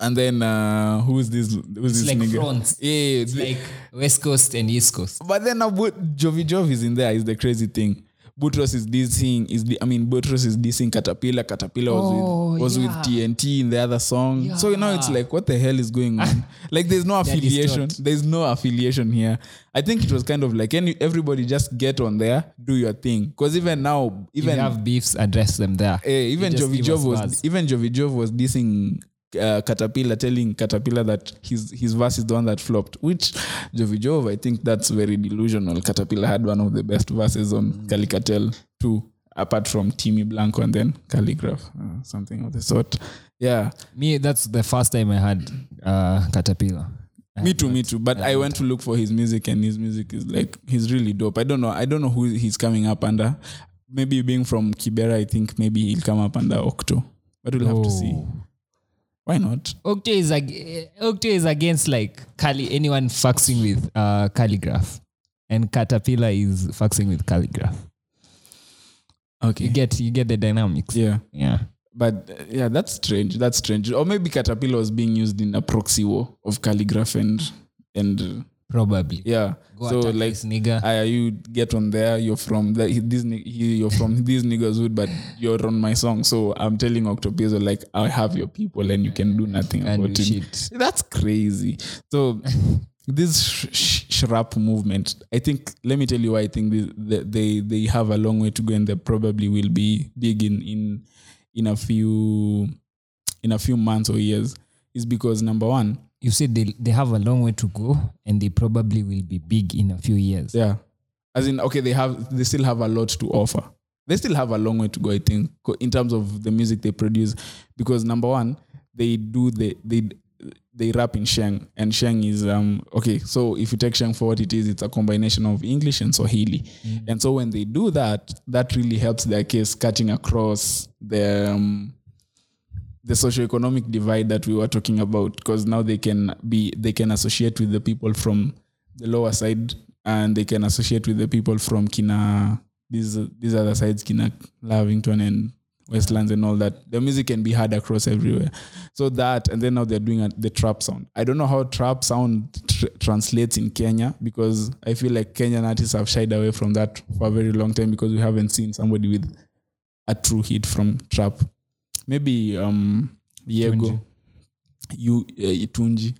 And then uh, who's this? Who's It's this like nigga? fronts. *laughs* Yeah, It's the- like West Coast and East Coast. but then uh, Bo- Jovi Jov is in there. Is the crazy thing. Butros is dissing. Is the, I mean Butros is dissing Caterpillar. Caterpillar was Oh, with was with TNT in the other song. So now it's like what the hell is going *laughs* on? like there's no affiliation. There's no affiliation here. I think it was kind of like any everybody just get on there, do your thing. Because even now, If even you have beefs, address them there. Eh, even just Jovi give Jov us was bars. even Jovi Jov was dissing uh, Caterpillar, telling Caterpillar that his his verse is the one that flopped. Which Jovi Jov, I think that's very delusional. Caterpillar had one of the best verses on Mm. Calicatel too, apart from Timmy Blanco and then Calligraph, uh, something of the sort. Yeah, Me, that's the first time I had uh, Caterpillar. me too, me too. But I went to look for his music, and his music is like he's really dope. I don't know, I don't know who he's coming up under. Maybe being from Kibera, I think maybe he'll come up under Octo, but uh, we'll have to see. Oh. Why not? Octa is, ag- Octa is against like Cali, anyone faxing with uh, Calligraph. And Caterpillar is faxing with Calligraph. You Okay. get you get the dynamics. Yeah. yeah. But uh, yeah, that's strange. That's strange. Or maybe Caterpillar was being used in a proxy war of calligraph and and uh, Probably. yeah. Go so attack like this nigga. I, you get on there, you're from the, this, ni- he- you're from *laughs* these niggas wood, but you're on my song. So I'm telling Octopizzo like I have your people and you can do nothing And about do it. shit. *laughs* That's crazy. So this sh- sh- shrap movement, I think. Let me tell you why I think this, the- they they have a long way to go, and they probably will be big in in in a few in a few months or years. Is because number one, you said they, they have a long way to go and they probably will be big in a few years. Yeah. As in, okay, they have they still have a lot to offer. They still have a long way to go, I think, co- in terms of the music they produce. Because number one, they do the they they rap in Sheng. And Sheng is um okay, so if you take Sheng for what it is, it's a combination of English and Swahili. And so when they do that, that really helps their case cutting across the um, the socioeconomic divide that we were talking about because now they can be they can associate with the people from the lower side and they can associate with the people from kina these these other sides kina lavington and westlands and all that their music can be heard across everywhere so that and then now they're doing a, the trap sound i don't know how trap sound tr- translates in kenya because i feel like kenyan artists have shied away from that for a very long time because we haven't seen somebody with a true hit from trap maybe um yego you uh, tunji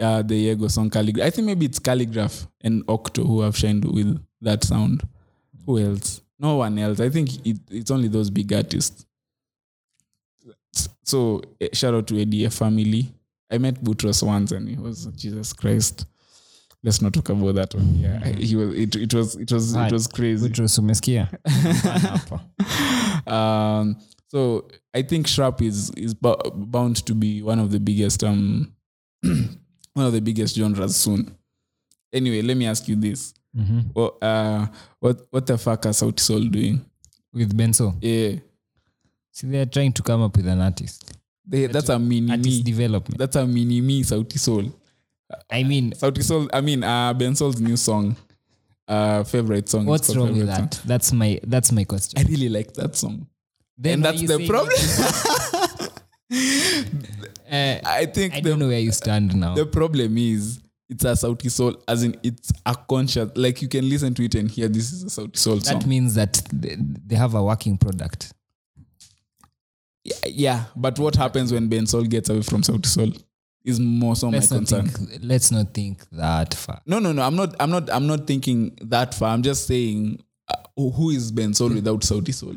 uh, the yego song calligraph i think maybe it's calligraph and octo who have shined with that sound who else no one else i think it, it's only those big artists so eh, shout out to adf family i met butros once and he was jesus christ let's not talk about that one yeah I- he was it, it was it was it Right. was crazy *laughs* Boutros, umesikia um, so I think Shrap is is bo- bound to be one of the biggest um *clears throat* one of the biggest genres soon. Anyway, let me ask you this: Mhm. well, uh, what what the fuck are Sauti Sol doing? with benso Yeah, see they are trying to come up with an artist they, that's a mini artist me. development That's a mini me Sauti Sol. i mean Sauti Sol. I mean, uh, Ben Sol's new song, uh, favorite song. is what's called wrong with Favorite Song. that that's my that's my question I really like that song, Then and why that's you the say- problem. uh, *laughs* I think i the don't know where you stand now the problem is it's a Sauti Soul, as in it's a conscious. Like you can listen to it and hear this is a Sauti Soul that song. means that they, they have a working product Yeah, yeah, but what happens when Ben Sol gets away from Sauti Soul is more so my let's not concern. think let's not think that far No, no, no. I'm not. I'm not. I'm not thinking that far. I'm just saying, uh, who- who is Ben Sol without Sauti Soul?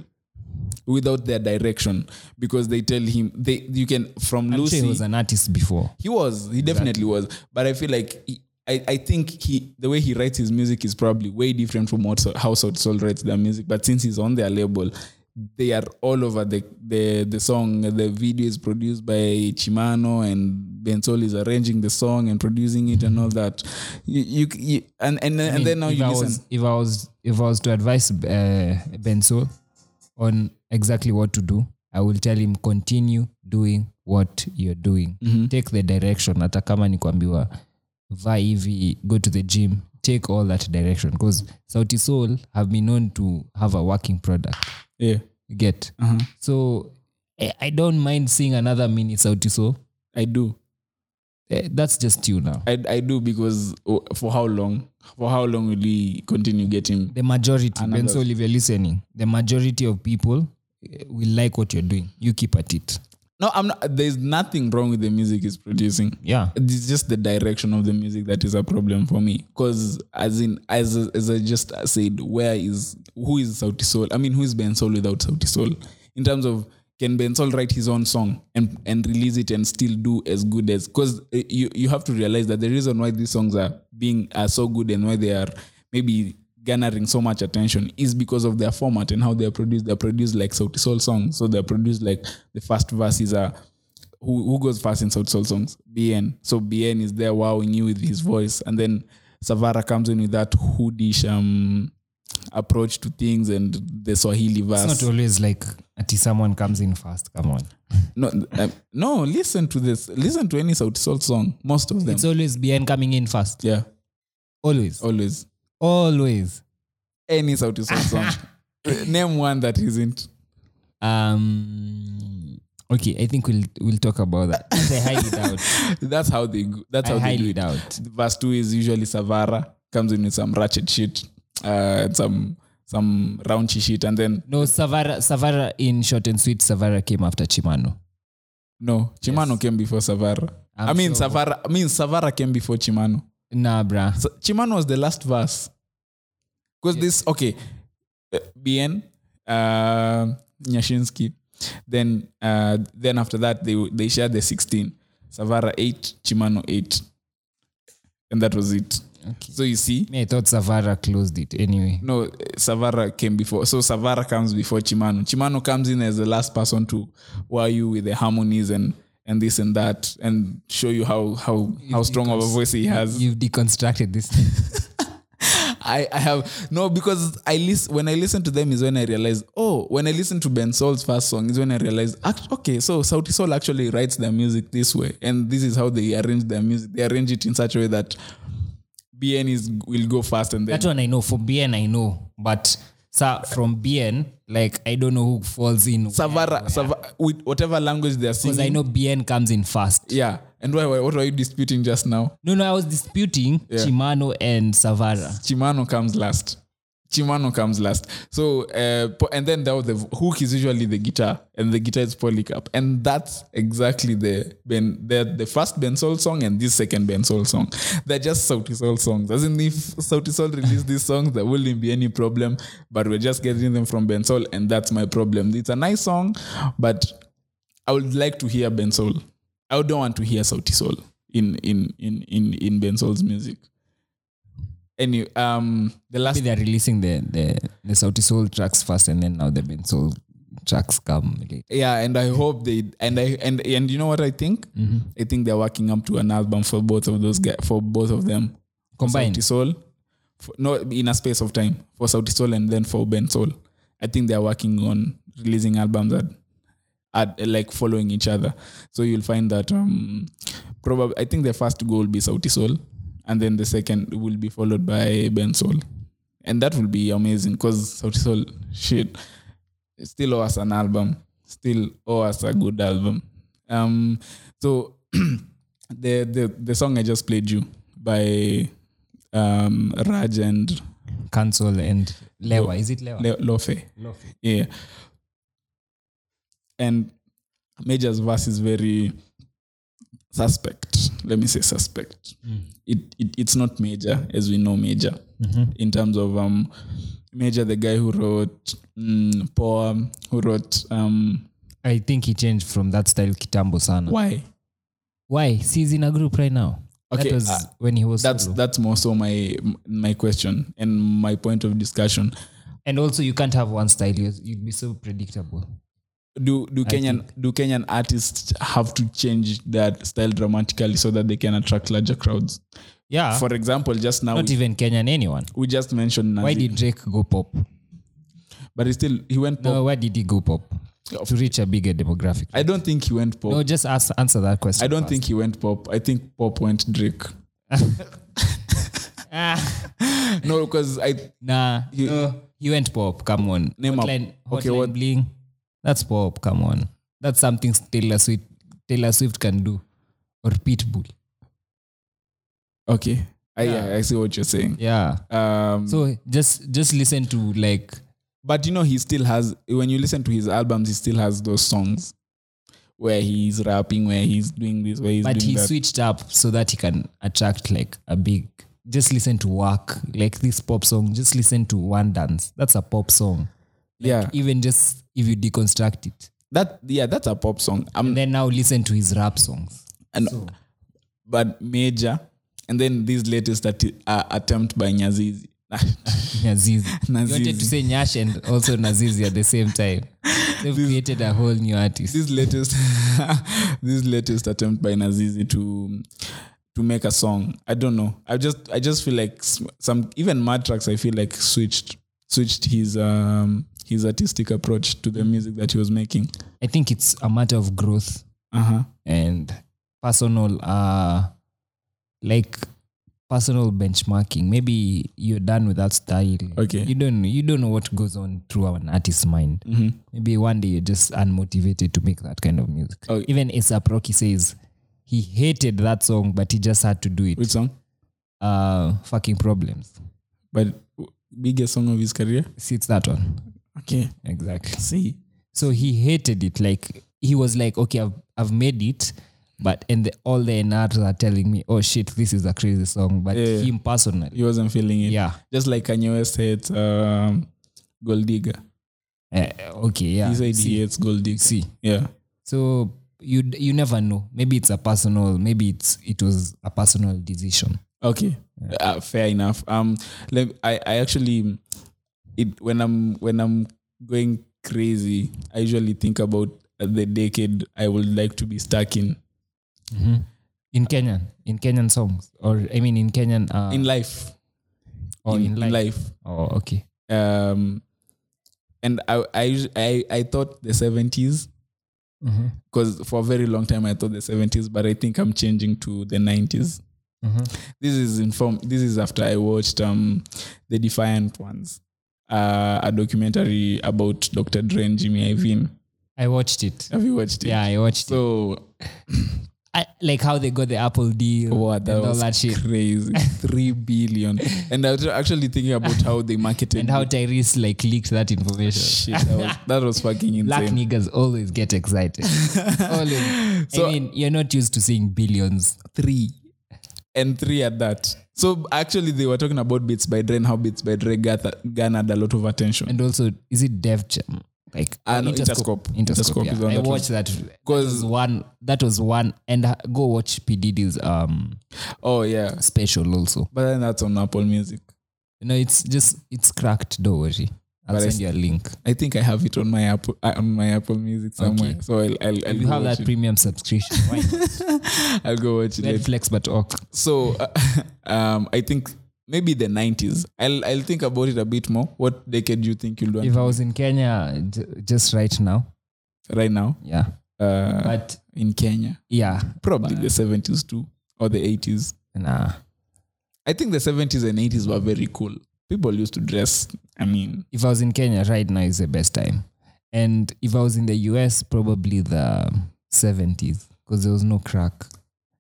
Without their direction, because they tell him they you can from I'm Lucy. sure he was an artist before He was. He definitely was. But I feel like he, I, I think he the way he writes his music is probably way different from what Sol- how South Soul writes their music. But since he's on their label, they are all over the the, the song. The video is produced by Chimano and Bensol is arranging the song and producing it and all that. You, you, you and and, I and mean, then now if you I listen. was, if I was if I was to advise uh, Benzo on exactly what to do, I will tell him continue doing what you're doing. Mm-hmm. Take the direction. Hata kama ni kuambiwa va hivi, go to the gym. Take all that direction because Sauti Soul have been known to have a working product. yeah, You get uh-huh. so I, I don't mind seeing another mini Sauti Soul. I do. Eh, that's just you now. I, I do because oh, for how long? For how long will we continue getting? the majority Another- Bensol, if you're listening the majority of people eh, will like what you're doing you keep at it No, I'm not. There's nothing wrong with the music he's producing. yeah it's just the direction of the music that is a problem for me because as in as as i just said where is who is sauti soul i mean who is ben soul without sauti soul in terms of can ben soul write his own song and and release it and still do as good as because you you have to realize that the reason why these songs are being are so good and why they are maybe garnering so much attention is because of their format and how they are produced they're produced like sauti soul songs so they're produced like the first verses are who, who goes first in South Soul songs? BN. So BN is there wowing you with his voice. And then Savara comes in with that hoodish um, approach to things and the Swahili it's verse. not always like until someone comes in fast come on no, um, no, listen to this. Listen to any South Soul song. Most of them. it's always bn coming in fast yeah, always always. always Any South Soul *laughs* song. Name one that isn't. um okay i think we'll we'll talk about *laughs* that i hide it out That's how they go. That's i how they hide do it it. out verse two is usually Savara comes in with some ratchet shit, uh, some some raunchy shit, and then no savara savara in short and sweet savara came after chimano No, Chimano came before Savara. i I'm mean, sure. Savara. I mean, Savara came before Chimano. nah bruh So Chimano was the last verse. Because this, okay, uh, BN, uh, Nyashinsky, then uh, then after that they they shared the sixteen. Savara eight, Chimano eight, and that was it. Okay. So you see, me i thought savara closed it anyway no, uh, Savara came before. So Savara comes before Chimano. Chimano comes in as the last person to wow you with the harmonies and and this and that and show you how how how strong of a voice he has. you've *laughs* deconstructed this I I have no because I listen when I listen to them is when I realize oh when I listen to Ben Sol's first song is when I realize act, okay so Sauti Sol actually writes their music this way and this is how they arrange their music. They arrange it in such a way that BN is will go fast and then That one I know. For BN, I know. But sir, from BN, like I don't know who falls in. Savara, Savara with whatever language they are Because singing. I know BN comes in fast. Yeah. And why, why what were you disputing just now? No, no, I was disputing Chimano and Savara. Chimano comes last. Chimano comes last. So, uh, po- and then there was the v- hook is usually the guitar, and the guitar is Polycarp, and that's exactly the Ben, the, the first Ben Sol song and this second Ben Sol song. They're just Sauti Sol songs. As in, if Sauti Sol released these songs, there wouldn't be any problem. But we're just getting them from Ben Sol, and that's my problem. It's a nice song, but I would like to hear Ben Sol. I don't want to hear Sauti Sol in in in in in Ben Sol's music. Anyway, um, the last Maybe they're releasing the the the Sauti Soul tracks first, and then now the Ben Soul tracks come later. yeah and i hope they and i and and you know what i think i think they're working up to an album for both of those guys for both of them For Combined? Sauti Sol, for, no in a space of time for Sauti Sol and then for Ben Sol i think they're working on releasing albums that are uh, like following each other so you'll find that um probably i think the first goal will be Sauti Sol and then the second will be followed by Ben Sol and that will be amazing because Sauti Sol shit still owe us an album, still owe us a good album. Um, so *clears throat* the, the the song I just played you by um, Raj and Cancel and Lewa. Is it Lewa? Le- Lofe. Yeah. And Major's verse is very suspect. Let me say suspect. It, it it's not Major as we know Major in terms of um Major, the guy who wrote mm, poem, who wrote um I think he changed from that style kitambo sana. why Why? He's in a group right now. Okay, that was uh, when he was that's solo. that's more so my my question and my point of discussion. and also you can't have one style. You- You'd be so predictable. do do Kenyan do Kenyan artists have to change their style dramatically so that they can attract larger crowds? Yeah. For example, just now not we, even Kenyan anyone. we just mentioned Nazi, Why did Drake go pop? but he still he went pop. No, why did he go pop? To reach a bigger demographic. I don't think he went pop. no, just ask, answer that question. I don't first. think he went pop. I think pop went *coughs* Drake. *laughs* no, because I Ah, Nah, He- no, he went pop. Come on, Name up. hotline, Okay, hotline what- bling. That's pop. Come on, that's something Taylor Swift Taylor Swift can do, or Pitbull. okay. I, yeah. I see what you're saying. Yeah. Um, So just just listen to like but you know he still has when you listen to his albums, he still has those songs where he's rapping, where he's doing this, where he's but doing he that. switched up so that he can attract like a big just listen to work like this pop song just listen to one dance that's a pop song Like, Yeah. even just if you deconstruct it that yeah that's a pop song i'm and then now listen to his rap songs *laughs* and, but major and then this latest atti- uh, attempt by nyazizi *laughs* Nazizi. You wanted Nazizi. to say Nyash and also Nazizi at the same *laughs* time. They've created a whole new artist. this latest *laughs* this latest attempt by nazizi to to make a song i don't know i just i just feel like s- some even mad tracks i feel like switched switched his um his artistic approach to the music that he was making I think it's a matter of growth uh-huh and personal uh like personal benchmarking. Maybe you're done with that style. Okay. You don't you don't know what goes on through an artist's mind. Mm-hmm. Maybe one day you're just unmotivated to make that kind of music. Oh. Even Aesop Rocky says he hated that song, but he just had to do it. which song Uh, fucking problems. but w- biggest song of his career See, it's that one. okay Exactly. see So he hated it. Like he was like, okay, I've, I've made it, but and the, all the NRs are telling me, oh shit, this is a crazy song. But Yeah. him personally, he wasn't feeling it yeah, just like Kanye West hates um, Gold Digger. Eh, okay, yeah. he said he See, hates Gold Digger. see. Yeah. So you d- you never know. Maybe it's a personal. Maybe it's it was a personal decision. Okay. Uh, fair enough. Um, let, I I actually, it when I'm when I'm going crazy, I usually think about the decade I would like to be stuck in In Kenyan, in Kenyan songs, or I mean, in Kenyan, uh, in life. or in, life. life. Oh, okay. Um, and I I us- I, I thought the seventies. Mm-hmm. Because for a very long time I thought the seventies, but I think I'm changing to the 90s Mm-hmm. This is inform. This is after I watched um, the Defiant Ones, uh, a documentary about Dr. Dre and Jimmy Iovine. I watched it. Have you watched it? Yeah, I watched it. So I, like how they got the Apple deal What that and all was that shit, *laughs* crazy. Three billion, and I was actually thinking about how they marketed and how Tyrese like leaked that information. shit. That was, that was fucking *laughs* Black insane. niggas always *laughs* get excited. always. So- I mean, you're not used to seeing billions. three and three at that. So actually, they were talking about Beats by Dre and how Beats by Dre gather, garnered a lot of attention. And also, is it Dev Jam? Like Ah, no, Interscope. Interscope Interscope. is the yeah. one I that was- watched that. That 'Cause- was one. That was one. And uh, go watch P Diddy's um oh yeah, special also. but then that's on Apple Music. No, it's just it's cracked. Don't worry. I'll But I send you a link. I think I have it on my Apple uh, on my Apple Music somewhere. Okay. So I'll I'll, I'll, You go have watch that it. premium subscription. *laughs* Why not? I'll go watch it. later. Netflix, but oh, ok. So *laughs* uh, um, I think maybe the nineties. I'll I'll think about it a bit more. What decade do you think you'll do If I was in Kenya, j- just right now, right now? yeah. Uh, But in Kenya, yeah, probably the seventies too or the eighties. nah. I think the seventies and eighties were very cool. People used to dress. I mean, If I was in Kenya right now, is the best time. And if I was in the US, probably the seventies, because there was no crack.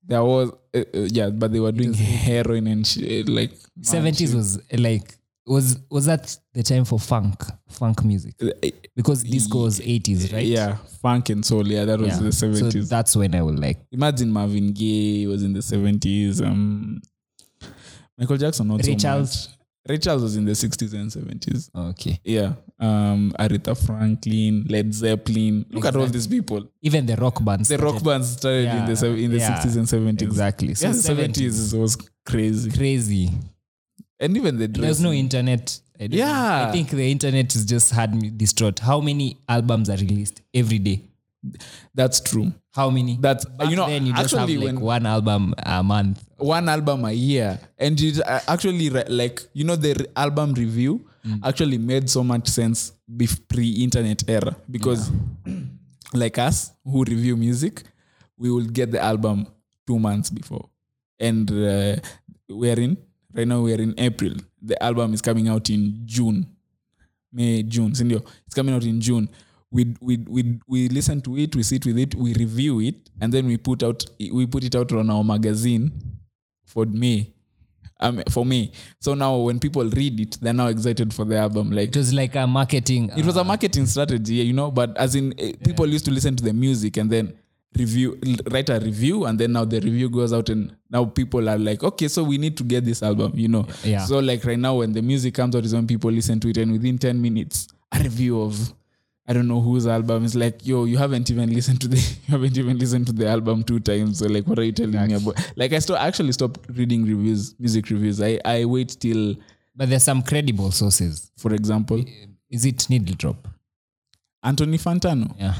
there was uh, uh, yeah, but they were doing *laughs* heroin and sh- uh, like mad Seventies shit. was eh, like was was that the time for funk funk music Uh, because disco was eighties, right? Yeah, funk and soul. Yeah, that was Yeah. the So seventies. that's when I would like. Imagine Marvin Gaye was in the seventies. Um, Michael Jackson not Ray so Charles. much. Ray Charles was in the sixties and seventies. Okay. Yeah, um, Aretha Franklin, Led Zeppelin. Look at all these people. Even the rock bands. The rock bands started in the Yeah, sev- in the yeah, sixties and seventies. Exactly. So Yeah, the 70s. seventies was crazy, Crazy. and even the dress. There's no internet. I don't know. Yeah. I think the internet has just had me distraught. How many albums are released every day? That's true. How many? That's Back you know then you just have actually like when one album a month. one album a year and it uh, actually re- like you know the re- album review actually made so much sense bef- pre-internet era because like us who review music we will get the album two months before and uh, we're in right now we're in april the album is coming out in june may june sindio it's coming out in june we we we we listen to it we sit with it we review it and then we put out we put it out on our magazine for me um, for me so now when people read it they're now excited for the album like It was like a marketing. it was uh, a marketing strategy you know but as in eh, people used to listen to the music and then review l- write a review and then now the review goes out and now people are like okay so we need to get this album you know Yeah. so like right now when the music comes out is when people listen to it and within 10 minutes a review of i don't know whose album is like yo you haven't even listened to the *laughs* you haven't even listened to the album two times so like what are you telling me about like i still actually stopped reading reviews music reviews i i wait till but there's some credible sources. for example Is it Needle Drop? anthony fantano Yeah.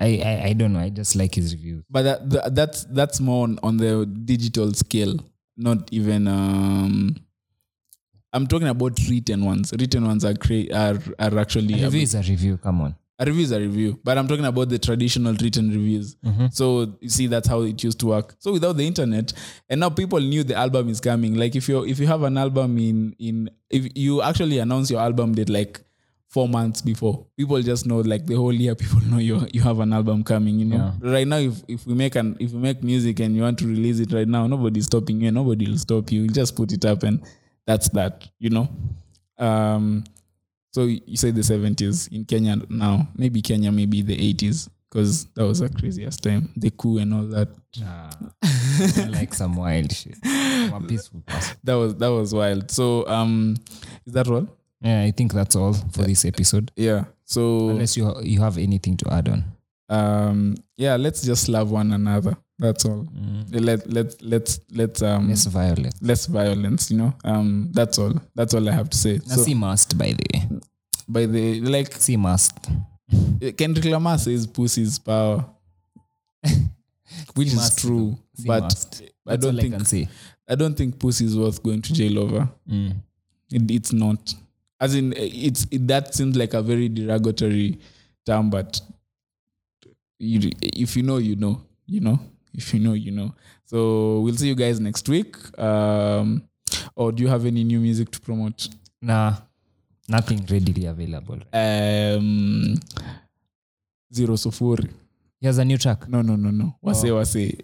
I, I I don't know. I just like his reviews. but that, that that's that's more on, on the digital scale not even um i'm talking about written ones written ones are cre- are, are actually A review is a review. Come on. a review is a review but i'm talking about the traditional written reviews so you see that's how it used to work so without the internet and now people knew the album is coming like if you if you have an album in in if you actually announce your album date like four months before people just know like the whole year *laughs* people know you you have an album coming you know right now if, if we make an if we make music and you want to release it right now nobody's stopping you and nobody will stop you you just put it up and that's that you know um so you say the 70s in Kenya now. Maybe Kenya, maybe the 80s, because that was the craziest time. The coup and all that. Nah. *laughs* I like some wild shit. I'm a peaceful person. That was that was wild. So um, is that all? Yeah, I think that's all for this episode. Yeah. So Unless you you have anything to add on. um, yeah, let's just love one another. That's all. Mm. Eh, Let let let's let's um Less violent. less violence. You know. Um, that's all. That's all I have to say. Now, So Mm. see must by the way. by the like, eh, See must. Kendrick Lamar says, "Pussy's *laughs* power," which is must. true, See but. must. I That's don't all think I can say. Mm. I don't think pussy is worth going to jail over. It, it's not. As in, eh, it's it, that seems like a very derogatory term, but you, if you know, you know, you know. If you know, you know. So we'll see you guys next week. Um, or do you have any new music to promote? Nah, nothing readily available. Um, Zero Sufuri. He has a new track. no no no no wase wase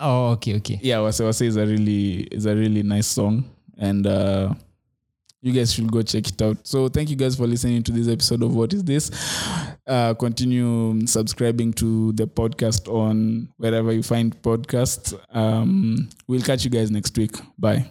Oh, okay, okay. yeah wase wase is a really is a really nice song and uh you guys should go check it out so thank you guys for listening to this episode of what is this uh continue subscribing to the podcast on wherever you find podcasts um we'll catch you guys next week bye